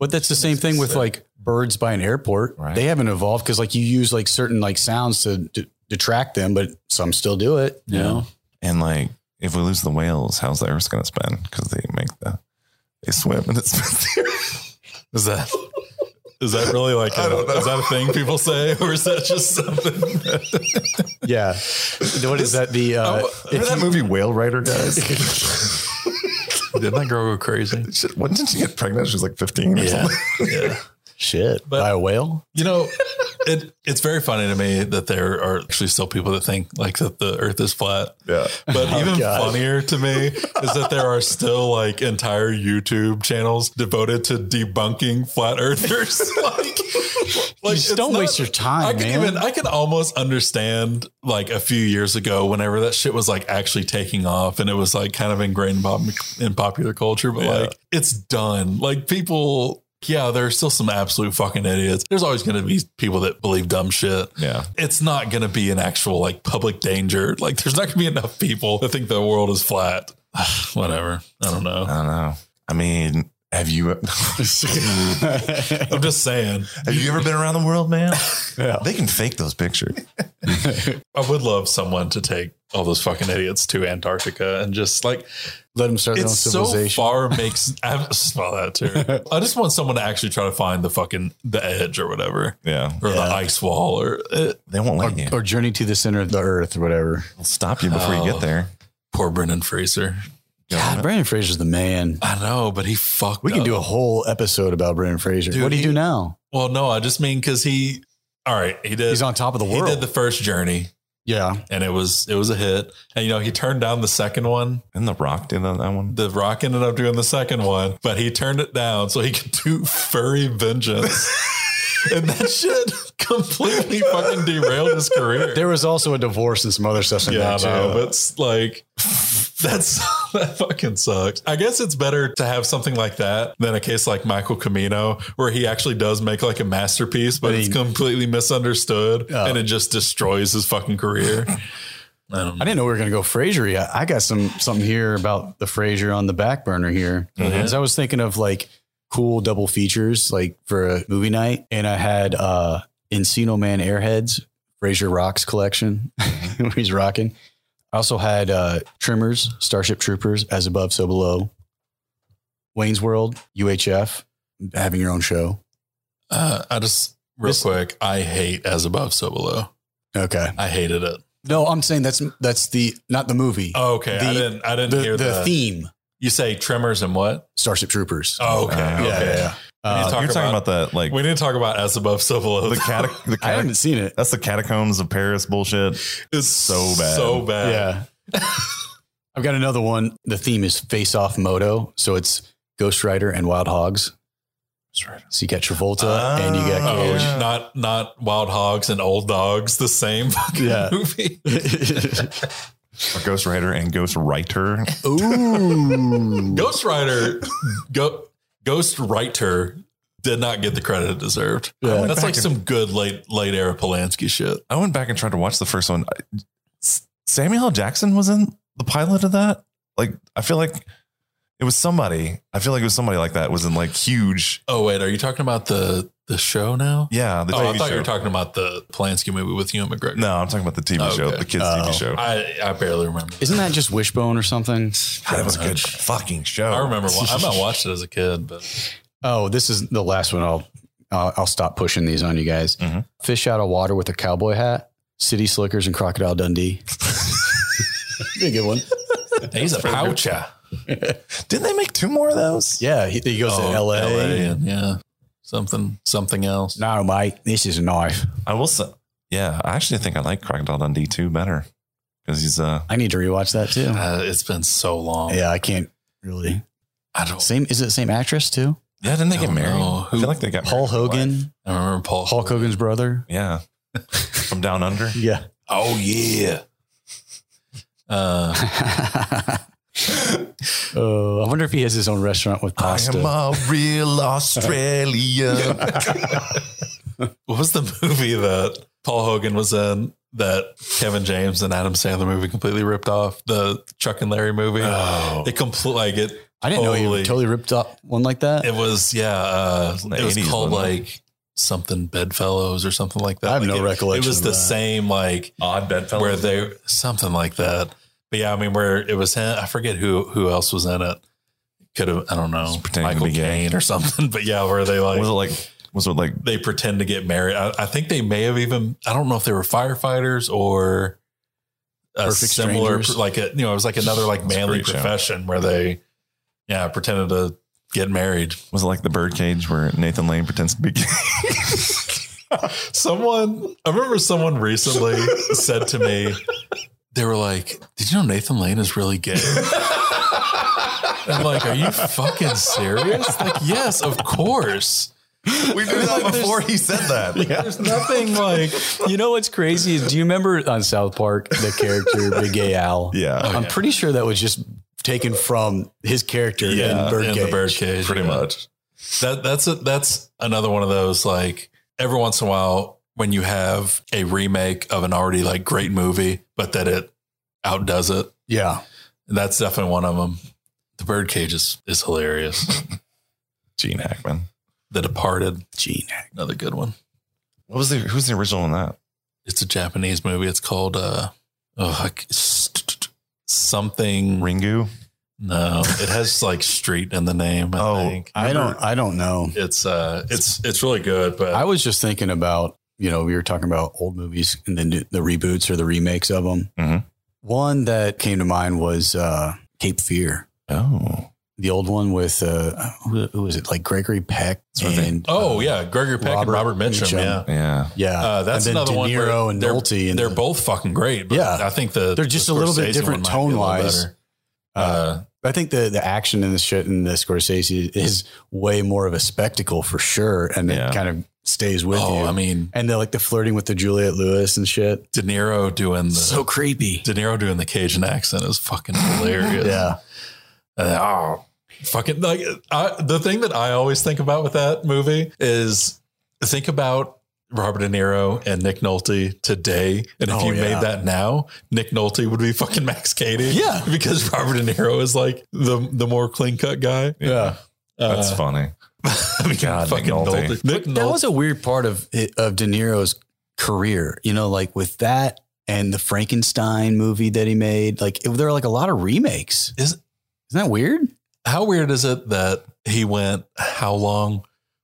[SPEAKER 2] But that's the same thing with like birds by an airport.
[SPEAKER 1] Right.
[SPEAKER 2] They haven't evolved because like you use like certain like sounds to, to detract them, but some still do it. You
[SPEAKER 3] Yeah.
[SPEAKER 2] know?
[SPEAKER 1] and like if we lose the whales, how's the Earth going to spin? Because they make the they swim and it spins. *laughs* the Earth.
[SPEAKER 3] is that is that really like
[SPEAKER 1] I
[SPEAKER 3] a,
[SPEAKER 1] don't know.
[SPEAKER 3] is that a thing people say or is that just something that-
[SPEAKER 2] *laughs* yeah. What is that? The uh,
[SPEAKER 1] Oh, remember that movie Whale Rider, guys?
[SPEAKER 3] didn't that girl go crazy?
[SPEAKER 1] Shit, when did she get pregnant? She was like fifteen. Or
[SPEAKER 3] Yeah,
[SPEAKER 1] *laughs* something.
[SPEAKER 3] yeah.
[SPEAKER 2] shit
[SPEAKER 3] But-
[SPEAKER 2] by a whale.
[SPEAKER 3] You know, it it's very funny to me that there are actually still people that think like that the Earth is flat.
[SPEAKER 1] yeah.
[SPEAKER 2] *laughs*
[SPEAKER 3] But
[SPEAKER 2] Oh,
[SPEAKER 3] even
[SPEAKER 2] God.
[SPEAKER 3] funnier to me is that there are still like entire YouTube channels devoted to debunking flat earthers. *laughs* like, like
[SPEAKER 2] just
[SPEAKER 3] it's
[SPEAKER 2] don't waste your time,
[SPEAKER 3] I can
[SPEAKER 2] man.
[SPEAKER 3] even I can almost understand like a few years ago whenever that shit was like actually taking off and it was like kind of ingrained in, pop, in popular culture, but
[SPEAKER 1] Yeah.
[SPEAKER 3] like it's done. Like people. Yeah, there are still some absolute fucking idiots. There's always going to be people that believe dumb shit
[SPEAKER 1] Yeah.
[SPEAKER 3] it's not going to be an actual like public danger. Like there's not going to be enough people that think the world is flat. *sighs* Whatever. I don't know.
[SPEAKER 1] I don't know. I mean, have you? *laughs*
[SPEAKER 2] *laughs*
[SPEAKER 3] I'm just saying.
[SPEAKER 1] Have you ever been around the world, man?
[SPEAKER 2] Yeah.
[SPEAKER 1] They can fake those pictures.
[SPEAKER 3] I would love someone to take all those fucking idiots to Antarctica and just like
[SPEAKER 2] Let them start their own
[SPEAKER 3] it's so
[SPEAKER 2] civilization.
[SPEAKER 3] far makes I saw that too. I just want someone to actually try to find the fucking the edge or whatever
[SPEAKER 1] Yeah.
[SPEAKER 3] or the
[SPEAKER 2] Yeah.
[SPEAKER 3] ice wall or uh,
[SPEAKER 1] They won't let you.
[SPEAKER 2] or journey to the center of the earth or whatever.
[SPEAKER 1] They'll stop you before you
[SPEAKER 3] Oh.
[SPEAKER 1] get there.
[SPEAKER 3] poor Brendan Fraser.
[SPEAKER 2] God, Brandon Fraser's the man.
[SPEAKER 3] I know, but he fucked.
[SPEAKER 2] We can
[SPEAKER 3] up.
[SPEAKER 2] do a whole episode about Brandon Fraser.
[SPEAKER 3] Dude,
[SPEAKER 2] what do you
[SPEAKER 3] he-
[SPEAKER 2] do now?
[SPEAKER 3] Well, no, I just mean because he. All right, he did.
[SPEAKER 2] He's on top of the
[SPEAKER 3] he
[SPEAKER 2] world.
[SPEAKER 3] did the first journey.
[SPEAKER 2] yeah,
[SPEAKER 3] and it was it was a hit. And you know, he turned down the second one.
[SPEAKER 1] And The Rock did that that one.
[SPEAKER 3] The Rock ended up doing the second one, but he turned it down so he could do
[SPEAKER 2] *laughs*
[SPEAKER 3] Furry Vengeance. and that shit completely fucking derailed his career.
[SPEAKER 2] there was also a divorce and some other stuff in
[SPEAKER 3] yeah,
[SPEAKER 2] there
[SPEAKER 3] I
[SPEAKER 2] too.
[SPEAKER 3] know, but it's like that's *laughs* that fucking sucks. I guess it's better to have something like that than a case like Michael Camino, where he actually does make like a masterpiece, but
[SPEAKER 2] I
[SPEAKER 3] it's
[SPEAKER 2] mean-
[SPEAKER 3] completely misunderstood
[SPEAKER 2] Yeah.
[SPEAKER 3] and it just destroys his fucking career. *laughs* I don't know.
[SPEAKER 2] I didn't know we were going to go Fraser. yet. I got some something here about the Fraser on the back burner here.
[SPEAKER 3] Mm-hmm.
[SPEAKER 2] As I was thinking of like cool double features like for a movie night, and I had uh Encino Man Airheads Fraser Rocks collection, *laughs* where he's rocking. I also had uh Trimmers, Starship Troopers, As Above, So Below, Wayne's World, UHF, having your own show.
[SPEAKER 3] Uh, I just real
[SPEAKER 2] This-
[SPEAKER 3] quick. I hate as above, so below.
[SPEAKER 2] Okay,
[SPEAKER 3] I hated it.
[SPEAKER 2] no, I'm saying that's that's the not the movie,
[SPEAKER 3] Oh, okay, I
[SPEAKER 2] The-
[SPEAKER 3] didn't. I didn't
[SPEAKER 2] the,
[SPEAKER 3] hear
[SPEAKER 2] the
[SPEAKER 3] the.
[SPEAKER 2] theme,
[SPEAKER 3] You say tremors and what?
[SPEAKER 2] Starship Troopers.
[SPEAKER 3] Oh, okay.
[SPEAKER 1] Uh,
[SPEAKER 2] Yeah,
[SPEAKER 3] okay.
[SPEAKER 2] yeah, yeah.
[SPEAKER 3] need to
[SPEAKER 2] Uh,
[SPEAKER 3] talk
[SPEAKER 1] You're talking about, that, like,
[SPEAKER 3] We need to talk about as above, so below.
[SPEAKER 1] the, catac the
[SPEAKER 2] I haven't
[SPEAKER 1] catac
[SPEAKER 2] seen it.
[SPEAKER 1] That's the catacombs of Paris bullshit.
[SPEAKER 3] it's
[SPEAKER 1] so bad.
[SPEAKER 2] Uh,
[SPEAKER 3] so bad.
[SPEAKER 2] yeah. *laughs* I've got another one. The theme is Face Off Moto. So it's Ghost Rider and Wild Hogs.
[SPEAKER 1] That's right.
[SPEAKER 2] So you got Travolta and you got
[SPEAKER 3] Oh,
[SPEAKER 2] Cage.
[SPEAKER 1] yeah.
[SPEAKER 3] not not wild hogs and old dogs. The same *laughs* fucking
[SPEAKER 2] Yeah.
[SPEAKER 3] movie.
[SPEAKER 2] Oh,
[SPEAKER 1] Or Ghost Rider and Ghost Writer.
[SPEAKER 2] *laughs* Ooh.
[SPEAKER 3] Ghost Rider, go, Ghost Writer did not get the credit it deserved.
[SPEAKER 2] Yeah.
[SPEAKER 3] That's like
[SPEAKER 1] Back in-
[SPEAKER 3] some good late late era Polanski shit.
[SPEAKER 1] I went back and tried to watch the first one. I- S- Samuel L. Jackson was in the pilot of that. Like, I feel like it was somebody. I feel like it was somebody like that was in like huge.
[SPEAKER 3] Oh wait, are you talking about the the show now?
[SPEAKER 1] Yeah, the
[SPEAKER 3] oh, I
[SPEAKER 1] TV
[SPEAKER 3] thought
[SPEAKER 1] show.
[SPEAKER 3] you were talking about the Polanski movie with Hugh McGregor.
[SPEAKER 1] no, I'm talking about the TV
[SPEAKER 3] Oh,
[SPEAKER 1] show,
[SPEAKER 3] okay.
[SPEAKER 1] the kids'
[SPEAKER 2] Oh.
[SPEAKER 1] TV show. God,
[SPEAKER 3] I, I barely remember.
[SPEAKER 2] Isn't that just Wishbone or something?
[SPEAKER 1] that was a good fucking show.
[SPEAKER 3] I remember. wa- I
[SPEAKER 1] *laughs*
[SPEAKER 3] might watched it as a kid, *laughs* but
[SPEAKER 2] Oh, this is the last one. I'll I'll, I'll stop pushing these on you guys.
[SPEAKER 1] Mhm.
[SPEAKER 2] Fish out of water with a cowboy hat, city slickers, and crocodile *laughs* Dundee. Pretty good one.
[SPEAKER 3] he's a poucher.
[SPEAKER 1] Didn't they make two more of those?
[SPEAKER 2] Yeah, he, he goes
[SPEAKER 3] Oh,
[SPEAKER 2] to L.A.
[SPEAKER 3] and yeah, something something else.
[SPEAKER 2] No, mate, this is a knife.
[SPEAKER 1] I will say. Yeah, I actually think I like Crocodile Dundee 2 better because he's uh
[SPEAKER 2] I need to rewatch that too.
[SPEAKER 3] Uh, it's been so long.
[SPEAKER 2] Yeah, I can't really.
[SPEAKER 3] I don't.
[SPEAKER 2] Same is it the same actress too?
[SPEAKER 1] yeah didn't they get
[SPEAKER 3] Don't
[SPEAKER 1] married?
[SPEAKER 3] know.
[SPEAKER 1] I feel like they got
[SPEAKER 2] Paul
[SPEAKER 1] married in real life.
[SPEAKER 2] Hogan,
[SPEAKER 3] I remember Paul.
[SPEAKER 2] Hulk Hogan's brother.
[SPEAKER 1] Yeah,
[SPEAKER 3] *laughs*
[SPEAKER 1] from Down Under.
[SPEAKER 2] *laughs* Yeah.
[SPEAKER 3] Oh
[SPEAKER 2] *laughs*
[SPEAKER 3] yeah. Uh,
[SPEAKER 2] Oh, I wonder if he has his own restaurant with pasta. *laughs*
[SPEAKER 1] a *laughs* real Australian.
[SPEAKER 3] what was the *laughs* movie that Paul Hogan was in that Kevin James and Adam Sandler movie completely ripped off? The Chuck and Larry movie.
[SPEAKER 2] Uh,
[SPEAKER 1] oh,
[SPEAKER 3] It complete like it.
[SPEAKER 2] I didn't know
[SPEAKER 3] Holy-
[SPEAKER 2] he totally ripped up one like that.
[SPEAKER 3] It was yeah. Uh,
[SPEAKER 1] In the
[SPEAKER 3] it was
[SPEAKER 1] 80s,
[SPEAKER 3] called
[SPEAKER 1] wasn't it?
[SPEAKER 3] like something Bedfellows or something like that.
[SPEAKER 2] I have
[SPEAKER 3] Like,
[SPEAKER 2] no
[SPEAKER 3] it-
[SPEAKER 2] recollection
[SPEAKER 3] It was
[SPEAKER 2] of
[SPEAKER 3] the
[SPEAKER 2] that.
[SPEAKER 3] same like
[SPEAKER 1] odd bedfellow.
[SPEAKER 3] where they something like that. But yeah, I mean, where it was him. I forget who who else was in it. Could have I don't know
[SPEAKER 1] Just pretending to
[SPEAKER 3] Michael
[SPEAKER 1] be gay.
[SPEAKER 3] Caine or something. *laughs* But yeah, where they like
[SPEAKER 1] was it like? Was it like?
[SPEAKER 3] they pretend to get married. I, I think they may have even I don't know if they were firefighters or a
[SPEAKER 2] Perfect
[SPEAKER 3] similar
[SPEAKER 2] strangers.
[SPEAKER 3] like a you know it was like another like
[SPEAKER 1] That's a
[SPEAKER 3] manly
[SPEAKER 1] great show.
[SPEAKER 3] profession where they yeah pretended to get married.
[SPEAKER 1] Was it like the birdcage where Nathan Lane pretends to be gay? *laughs*
[SPEAKER 3] Someone, I remember someone
[SPEAKER 1] *laughs*
[SPEAKER 3] recently said to me, they were like, Did you know Nathan Lane is really gay? I'm like, Are you fucking serious? Like, yes, of course.
[SPEAKER 1] we knew that before he said that.
[SPEAKER 3] *laughs* There's nothing like,
[SPEAKER 2] You know what's crazy is do you remember on South Park the
[SPEAKER 3] *laughs*
[SPEAKER 2] character Big Gay Al?
[SPEAKER 1] Yeah,
[SPEAKER 3] Oh,
[SPEAKER 2] I'm pretty sure that was just taken from his character
[SPEAKER 3] yeah,
[SPEAKER 2] in
[SPEAKER 3] in
[SPEAKER 2] Birdcage.
[SPEAKER 3] the birdcage.
[SPEAKER 1] pretty
[SPEAKER 3] yeah.
[SPEAKER 1] much.
[SPEAKER 3] That, that's, a, that's another one of those, like, every once in a while, when you have a remake of an already like great movie, but that it outdoes it,
[SPEAKER 2] Yeah.
[SPEAKER 3] that's definitely one of them. The birdcage is,
[SPEAKER 2] *laughs*
[SPEAKER 3] is hilarious.
[SPEAKER 1] Gene Hackman.
[SPEAKER 3] The Departed,
[SPEAKER 2] Gene.
[SPEAKER 3] another good one.
[SPEAKER 1] What was the? Who's the original in that?
[SPEAKER 3] It's a Japanese movie. It's called uh, oh, I c- something.
[SPEAKER 1] Ringu.
[SPEAKER 3] No, it has like street in the name. I
[SPEAKER 1] Oh,
[SPEAKER 3] think
[SPEAKER 2] I don't I don't know.
[SPEAKER 3] It's uh, it's it's really good, but
[SPEAKER 2] I was just thinking about, you know, we were talking about old movies and the new, the reboots or the remakes of them.
[SPEAKER 1] Mhm.
[SPEAKER 3] Mm-hmm.
[SPEAKER 2] One that came to mind was uh, Cape Fear.
[SPEAKER 1] Oh,
[SPEAKER 2] The old one with uh, who, who was it? Like Gregory Peck
[SPEAKER 1] Sort of
[SPEAKER 2] and
[SPEAKER 3] oh
[SPEAKER 2] uh,
[SPEAKER 3] yeah, Gregory Peck and
[SPEAKER 2] Robert
[SPEAKER 3] Robert Mitchum.
[SPEAKER 2] Mitchum.
[SPEAKER 3] Yeah,
[SPEAKER 1] yeah.
[SPEAKER 2] yeah.
[SPEAKER 3] uh, that's
[SPEAKER 2] and then
[SPEAKER 3] another
[SPEAKER 2] De
[SPEAKER 3] one. where
[SPEAKER 2] Niro and
[SPEAKER 3] they're-
[SPEAKER 2] Nolte and
[SPEAKER 3] They're
[SPEAKER 2] the-
[SPEAKER 3] both fucking great. But
[SPEAKER 2] Yeah.
[SPEAKER 3] I think the
[SPEAKER 2] They're just a
[SPEAKER 3] the
[SPEAKER 2] little bit
[SPEAKER 3] Scorsese
[SPEAKER 2] different
[SPEAKER 3] one might be a little
[SPEAKER 2] tone-wise.
[SPEAKER 3] better.
[SPEAKER 2] uh,
[SPEAKER 3] Uh,
[SPEAKER 2] I think the the action in this shit in the Scorsese is way more of a spectacle for sure, and
[SPEAKER 1] Yeah.
[SPEAKER 2] it kind of stays with
[SPEAKER 3] oh,
[SPEAKER 2] you.
[SPEAKER 3] I mean,
[SPEAKER 2] and the like the flirting with the Juliet Lewis and shit.
[SPEAKER 3] De Niro doing the
[SPEAKER 2] creepy.
[SPEAKER 3] De Niro doing the Cajun accent is fucking hilarious.
[SPEAKER 2] Yeah.
[SPEAKER 3] Uh, oh, fucking like I, the thing that I always think about with that movie is think about Robert De Niro and Nick Nolte today, and if
[SPEAKER 2] Oh,
[SPEAKER 3] you
[SPEAKER 2] yeah.
[SPEAKER 3] made that now, Nick Nolte would be fucking Max Cady.
[SPEAKER 2] Yeah.
[SPEAKER 3] *laughs* because Robert De Niro is like the the more clean cut guy.
[SPEAKER 2] Yeah.
[SPEAKER 3] *laughs*
[SPEAKER 1] That's
[SPEAKER 3] Uh,
[SPEAKER 1] funny.
[SPEAKER 2] *laughs*
[SPEAKER 3] I mean,
[SPEAKER 1] God, Nick
[SPEAKER 3] fucking
[SPEAKER 1] Nolte.
[SPEAKER 3] Nolte. Nick
[SPEAKER 2] That
[SPEAKER 3] Nolte.
[SPEAKER 2] was a weird part of of De Niro's career, you know, like with that and the Frankenstein movie that he made. Like it, there are like a lot of remakes.
[SPEAKER 3] Is-
[SPEAKER 2] isn't that weird?
[SPEAKER 3] How weird is it that he went how long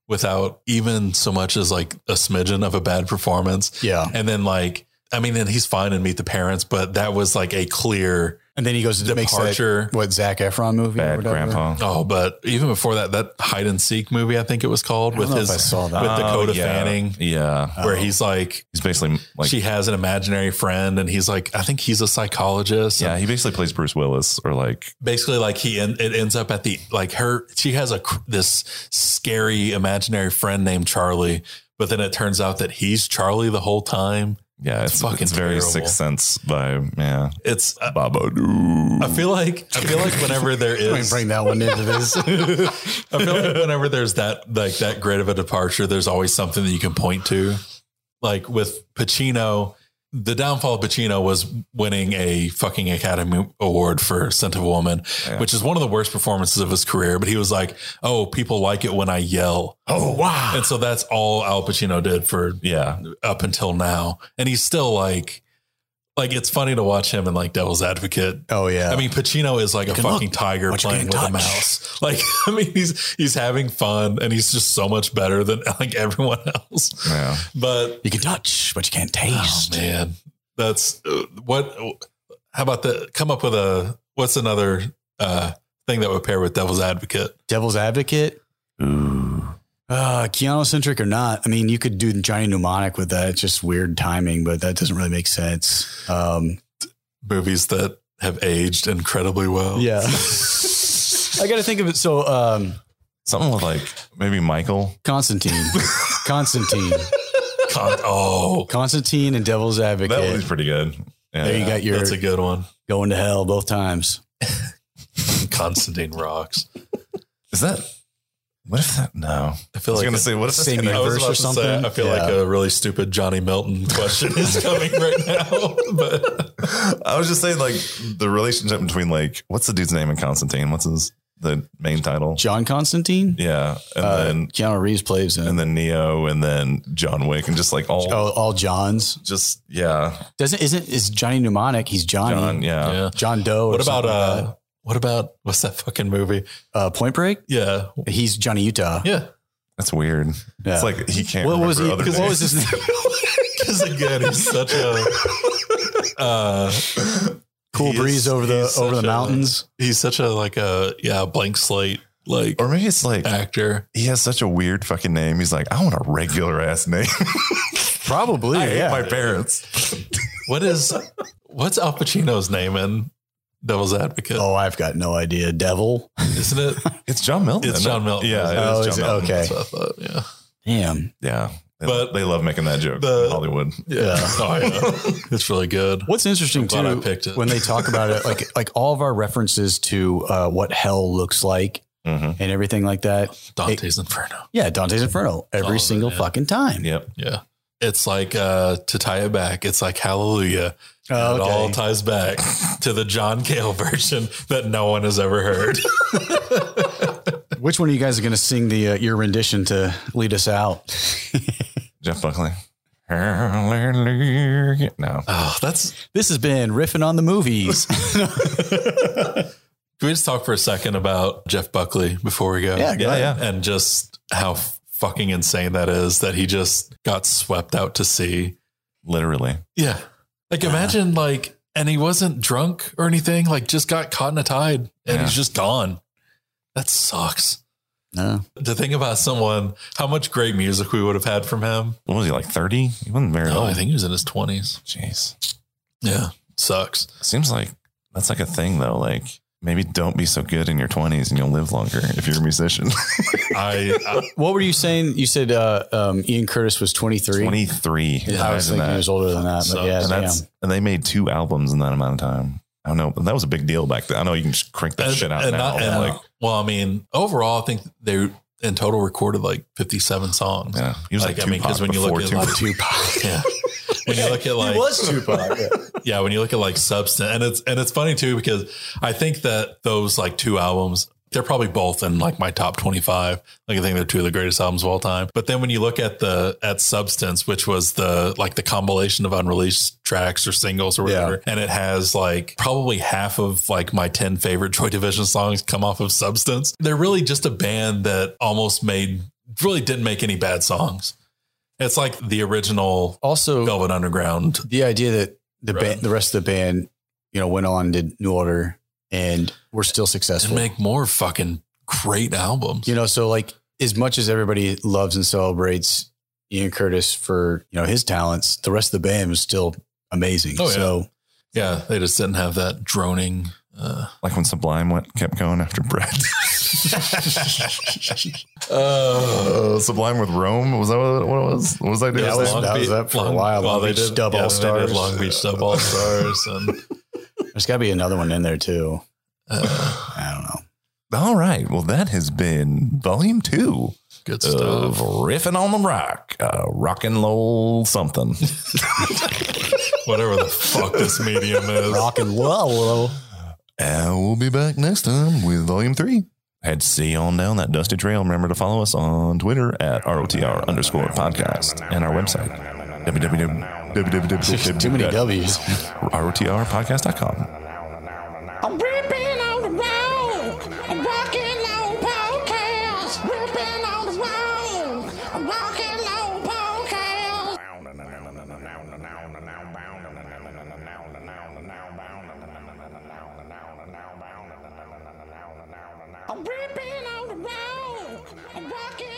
[SPEAKER 3] without even so much as like a smidgen of a bad performance?
[SPEAKER 2] Yeah.
[SPEAKER 3] And then like, I mean, then he's fine and meet the parents, but that was like a clear
[SPEAKER 2] And then he goes to make
[SPEAKER 3] Departure.
[SPEAKER 2] what Zach Efron movie?
[SPEAKER 1] Bad
[SPEAKER 2] or whatever.
[SPEAKER 1] grandpa.
[SPEAKER 3] Oh, but even before that, that hide and seek movie, I think it was called,
[SPEAKER 2] I don't
[SPEAKER 3] with
[SPEAKER 2] know
[SPEAKER 3] his
[SPEAKER 2] if I saw that. Oh.
[SPEAKER 3] with Dakota
[SPEAKER 1] Oh, yeah.
[SPEAKER 3] Fanning,
[SPEAKER 1] Yeah.
[SPEAKER 3] where he's like,
[SPEAKER 1] He's basically like,
[SPEAKER 3] she has an imaginary friend, and he's like, I think he's a psychologist.
[SPEAKER 1] yeah, he basically plays Bruce Willis or like,
[SPEAKER 3] basically like he en- it ends up at the like her she has a cr- this scary imaginary friend named Charlie but then it turns out that he's Charlie the whole time
[SPEAKER 1] yeah,
[SPEAKER 3] It's
[SPEAKER 1] it's,
[SPEAKER 3] fucking
[SPEAKER 1] it's very
[SPEAKER 3] terrible.
[SPEAKER 1] Sixth Sense vibe. Yeah.
[SPEAKER 3] it's I, I
[SPEAKER 1] Babadook.
[SPEAKER 3] feel like I feel like whenever there
[SPEAKER 2] *laughs* Let me
[SPEAKER 3] is
[SPEAKER 2] bring that one into this.
[SPEAKER 3] I feel like whenever there's that like that great of a departure there's always something that you can point to like with Pacino the downfall of Pacino was winning a fucking Academy Award for Scent of a Woman,
[SPEAKER 1] Yeah.
[SPEAKER 3] which is one of the worst performances of his career. But he was like, "Oh, people like it when I yell."
[SPEAKER 1] Oh, wow.
[SPEAKER 3] And so that's all Al Pacino did for
[SPEAKER 1] Yeah.
[SPEAKER 3] up until now. And he's still like, like it's funny to watch him in like Devil's Advocate.
[SPEAKER 2] *laughs* Oh yeah.
[SPEAKER 3] I mean, Pacino is like a
[SPEAKER 2] can
[SPEAKER 3] fucking
[SPEAKER 2] look,
[SPEAKER 3] tiger
[SPEAKER 2] but you
[SPEAKER 3] playing with
[SPEAKER 2] can't
[SPEAKER 3] a
[SPEAKER 2] touch.
[SPEAKER 3] mouse. *laughs* Like, I mean, he's he's having fun and he's just so much better than *laughs* like everyone else.
[SPEAKER 1] Yeah.
[SPEAKER 3] But
[SPEAKER 2] you can touch, but you can't
[SPEAKER 3] oh
[SPEAKER 2] taste.
[SPEAKER 3] man, that's uh, what. How about the come up with a what's another uh thing that would pair with Devil's Advocate?
[SPEAKER 2] Devil's advocate.
[SPEAKER 1] Ooh.
[SPEAKER 2] Uh, Keanu centric or not, I mean, you could do Johnny Mnemonic with that. It's just weird timing, but that doesn't really make sense. Um,
[SPEAKER 3] Movies that have aged incredibly well.
[SPEAKER 2] yeah, I got to think of it. So, um,
[SPEAKER 1] Something with like maybe Michael.
[SPEAKER 2] Constantine, Constantine,
[SPEAKER 3] *laughs* Con- oh,
[SPEAKER 2] Constantine, and Devil's Advocate.
[SPEAKER 1] That was pretty good. Yeah.
[SPEAKER 2] There you got your
[SPEAKER 3] That's a good one.
[SPEAKER 2] going to hell both times.
[SPEAKER 3] Constantine rocks.
[SPEAKER 1] Is that, what if that, no.
[SPEAKER 3] I
[SPEAKER 1] I
[SPEAKER 3] feel
[SPEAKER 1] was
[SPEAKER 3] like
[SPEAKER 1] going to say, what if that's
[SPEAKER 2] Same
[SPEAKER 1] gonna-
[SPEAKER 3] I was
[SPEAKER 2] universe
[SPEAKER 3] about
[SPEAKER 2] or
[SPEAKER 3] to
[SPEAKER 2] something?
[SPEAKER 3] Say, I feel
[SPEAKER 2] Yeah.
[SPEAKER 3] like a really stupid Johnny Milton question is *laughs* coming right now. *laughs* But
[SPEAKER 1] I was just saying, like the relationship between like what's the dude's name in Constantine? What's his the main title?
[SPEAKER 2] John Constantine,
[SPEAKER 1] Yeah, and
[SPEAKER 2] uh,
[SPEAKER 1] then
[SPEAKER 2] Keanu Reeves plays him.
[SPEAKER 1] and then Neo, and then John Wick, and just like all
[SPEAKER 2] oh, all Johns.
[SPEAKER 1] just yeah,
[SPEAKER 2] Doesn't isn't is Johnny Mnemonic? He's Johnny.
[SPEAKER 1] John,
[SPEAKER 2] John,
[SPEAKER 1] yeah.
[SPEAKER 3] yeah.
[SPEAKER 2] Doe. or
[SPEAKER 3] What about
[SPEAKER 2] something like
[SPEAKER 3] uh what about what's that fucking movie?
[SPEAKER 2] that. uh, Point Break?
[SPEAKER 3] Yeah.
[SPEAKER 2] He's Johnny Utah.
[SPEAKER 3] Yeah. *laughs*
[SPEAKER 1] that's weird.
[SPEAKER 2] Yeah.
[SPEAKER 1] It's like he can't.
[SPEAKER 2] what was he,
[SPEAKER 1] remember other
[SPEAKER 2] what was
[SPEAKER 1] names.
[SPEAKER 2] his name?
[SPEAKER 3] Because again, he's such a uh
[SPEAKER 2] Cool
[SPEAKER 3] He is-
[SPEAKER 2] breeze over the
[SPEAKER 3] he's
[SPEAKER 2] over the
[SPEAKER 3] such a-
[SPEAKER 2] mountains.
[SPEAKER 3] he's such a like a yeah, blank slate like
[SPEAKER 1] *laughs* Or maybe it's
[SPEAKER 2] Uh,
[SPEAKER 1] like
[SPEAKER 3] actor.
[SPEAKER 1] he has such a weird fucking name. He's like, I want a regular ass name. *laughs*
[SPEAKER 2] Probably,
[SPEAKER 1] I
[SPEAKER 2] yeah.
[SPEAKER 1] hate my parents.
[SPEAKER 3] *laughs* What is what's Al Pacino's name in Devil's Advocate?
[SPEAKER 2] oh, I've got no idea. Devil.
[SPEAKER 3] Isn't it?
[SPEAKER 1] It's John Milton.
[SPEAKER 3] It's
[SPEAKER 1] isn't it?
[SPEAKER 3] John Milton.
[SPEAKER 1] Yeah, it
[SPEAKER 2] Oh,
[SPEAKER 1] is
[SPEAKER 2] is
[SPEAKER 1] John
[SPEAKER 2] it?
[SPEAKER 1] Milton.
[SPEAKER 2] Okay.
[SPEAKER 3] That's what I thought. Yeah.
[SPEAKER 2] Damn.
[SPEAKER 1] Yeah, they,
[SPEAKER 3] But-
[SPEAKER 1] they love making that joke.
[SPEAKER 3] The-
[SPEAKER 1] in Hollywood.
[SPEAKER 3] Yeah. Oh, yeah. it's really good.
[SPEAKER 2] What's interesting
[SPEAKER 3] I'm
[SPEAKER 2] too
[SPEAKER 3] glad I picked it.
[SPEAKER 2] when they talk about it,
[SPEAKER 3] *laughs*
[SPEAKER 2] like like all of our references to uh, what hell looks like
[SPEAKER 1] hmm
[SPEAKER 2] and everything like that.
[SPEAKER 3] Dante's Inferno.
[SPEAKER 2] Yeah, Dante's Inferno
[SPEAKER 3] all of
[SPEAKER 2] every
[SPEAKER 3] it,
[SPEAKER 2] single
[SPEAKER 3] yeah.
[SPEAKER 2] fucking time.
[SPEAKER 1] Yep.
[SPEAKER 3] Yeah. It's like uh, to tie it back, it's like hallelujah.
[SPEAKER 2] Oh,
[SPEAKER 3] It all
[SPEAKER 2] okay.
[SPEAKER 3] ties back to the John Cale version that no one has ever heard.
[SPEAKER 2] Which one of you guys are going to sing the uh, your rendition to lead us out?
[SPEAKER 1] Jeff Buckley. Hallelujah. No.
[SPEAKER 3] Oh, that's
[SPEAKER 2] This has been riffing on the
[SPEAKER 3] *laughs*
[SPEAKER 2] movies.
[SPEAKER 3] can we just talk for a second about Jeff Buckley before we go?
[SPEAKER 2] Yeah, go
[SPEAKER 1] Yeah, ahead.
[SPEAKER 3] And just how fucking insane that is that he just got swept out to sea.
[SPEAKER 1] Literally.
[SPEAKER 3] Yeah. Like imagine like and he wasn't drunk or anything, like just got caught in a tide and
[SPEAKER 1] Yeah.
[SPEAKER 3] he's just gone. That sucks.
[SPEAKER 2] no.
[SPEAKER 3] to think about someone how much great music we would have had from him.
[SPEAKER 1] What was he like 30? He wasn't very
[SPEAKER 3] Oh,
[SPEAKER 1] old.
[SPEAKER 3] I think he was in his twenties.
[SPEAKER 1] Jeez.
[SPEAKER 3] Yeah, sucks.
[SPEAKER 1] Seems like that's like a thing though. Like maybe don't be so good in your 20s and you'll live longer if you're a
[SPEAKER 2] *laughs*
[SPEAKER 1] musician.
[SPEAKER 3] I, I
[SPEAKER 2] What were you saying? You said uh, um, Ian Curtis was 23.
[SPEAKER 1] 23.
[SPEAKER 3] Yeah,
[SPEAKER 2] I
[SPEAKER 1] Imagine
[SPEAKER 2] was thinking he was older than that, but
[SPEAKER 3] Sucks.
[SPEAKER 2] yeah,
[SPEAKER 1] and
[SPEAKER 2] damn.
[SPEAKER 1] that's and they made two albums in that amount of time. I don't know. That was a big deal back then. I know you can just crank that
[SPEAKER 3] and,
[SPEAKER 1] shit out
[SPEAKER 3] and
[SPEAKER 1] now.
[SPEAKER 3] not- and,
[SPEAKER 1] like,
[SPEAKER 3] well, I mean, overall, I think they in total recorded like fifty-seven songs. Yeah,
[SPEAKER 1] yeah, he was
[SPEAKER 3] Like,
[SPEAKER 1] like,
[SPEAKER 3] I mean, 'cause
[SPEAKER 1] Tupac
[SPEAKER 3] when you look
[SPEAKER 1] before
[SPEAKER 3] at,
[SPEAKER 1] Tupac.
[SPEAKER 2] Not
[SPEAKER 3] *laughs*
[SPEAKER 2] Tupac.
[SPEAKER 3] when you look at like
[SPEAKER 2] Tupac.
[SPEAKER 3] *laughs*
[SPEAKER 2] yeah.
[SPEAKER 3] yeah, when you look at like substance, and it's and it's funny too because I think that those like two albums. They're probably both in like my top 25. Like I think they're two of the greatest albums of all time. But then when you look at the at Substance, which was the like the compilation of unreleased tracks or singles or whatever, and it has like probably half of like my 10 favorite Joy Division songs come off of Substance. They're really just a band that almost made really didn't make any bad songs. It's like the original
[SPEAKER 2] Also,
[SPEAKER 3] Velvet Underground
[SPEAKER 2] the idea that the
[SPEAKER 3] Right.
[SPEAKER 2] band, the rest of the band you know, went on did New Order, and we're still
[SPEAKER 3] and
[SPEAKER 2] successful.
[SPEAKER 3] make more fucking great albums.
[SPEAKER 2] you know, so like as much as everybody loves and celebrates Ian Curtis for you know his talents, the rest of the band was still amazing.
[SPEAKER 3] Oh, yeah.
[SPEAKER 2] So
[SPEAKER 3] yeah, they just didn't have that droning.
[SPEAKER 2] *laughs*
[SPEAKER 3] Uh,
[SPEAKER 1] Like when Sublime went, kept going after Brett. uh, Sublime with Rome was that what what it was? What was that?
[SPEAKER 2] Yeah,
[SPEAKER 1] dude's
[SPEAKER 2] that was-
[SPEAKER 1] name?
[SPEAKER 2] that was up for a while. Long
[SPEAKER 3] they
[SPEAKER 2] Beach
[SPEAKER 3] did-
[SPEAKER 2] Dub
[SPEAKER 3] yeah,
[SPEAKER 2] All
[SPEAKER 3] they did
[SPEAKER 2] Stars.
[SPEAKER 3] Long Beach Dub All Stars, and
[SPEAKER 2] there's got to be another one in there too.
[SPEAKER 3] uh,
[SPEAKER 2] I don't know.
[SPEAKER 1] All right. Well, that has been volume two
[SPEAKER 3] good
[SPEAKER 1] of
[SPEAKER 3] stuff.
[SPEAKER 1] riffing on the rock, uh, rock and roll *laughs* something.
[SPEAKER 3] Whatever the fuck this medium is.
[SPEAKER 2] Rock and roll.
[SPEAKER 1] And we'll be back next time with volume three. Head see on down that dusty trail. Remember to follow us on Twitter at ROTR underscore podcast and our website, *laughs*
[SPEAKER 2] Too many
[SPEAKER 1] www.rotrpodcast.com.
[SPEAKER 2] W's.
[SPEAKER 4] I'm ripping on the road, I'm walking on podcast, ripping on the road, I'm walking on podcast. I'm ripping on the road, I'm walking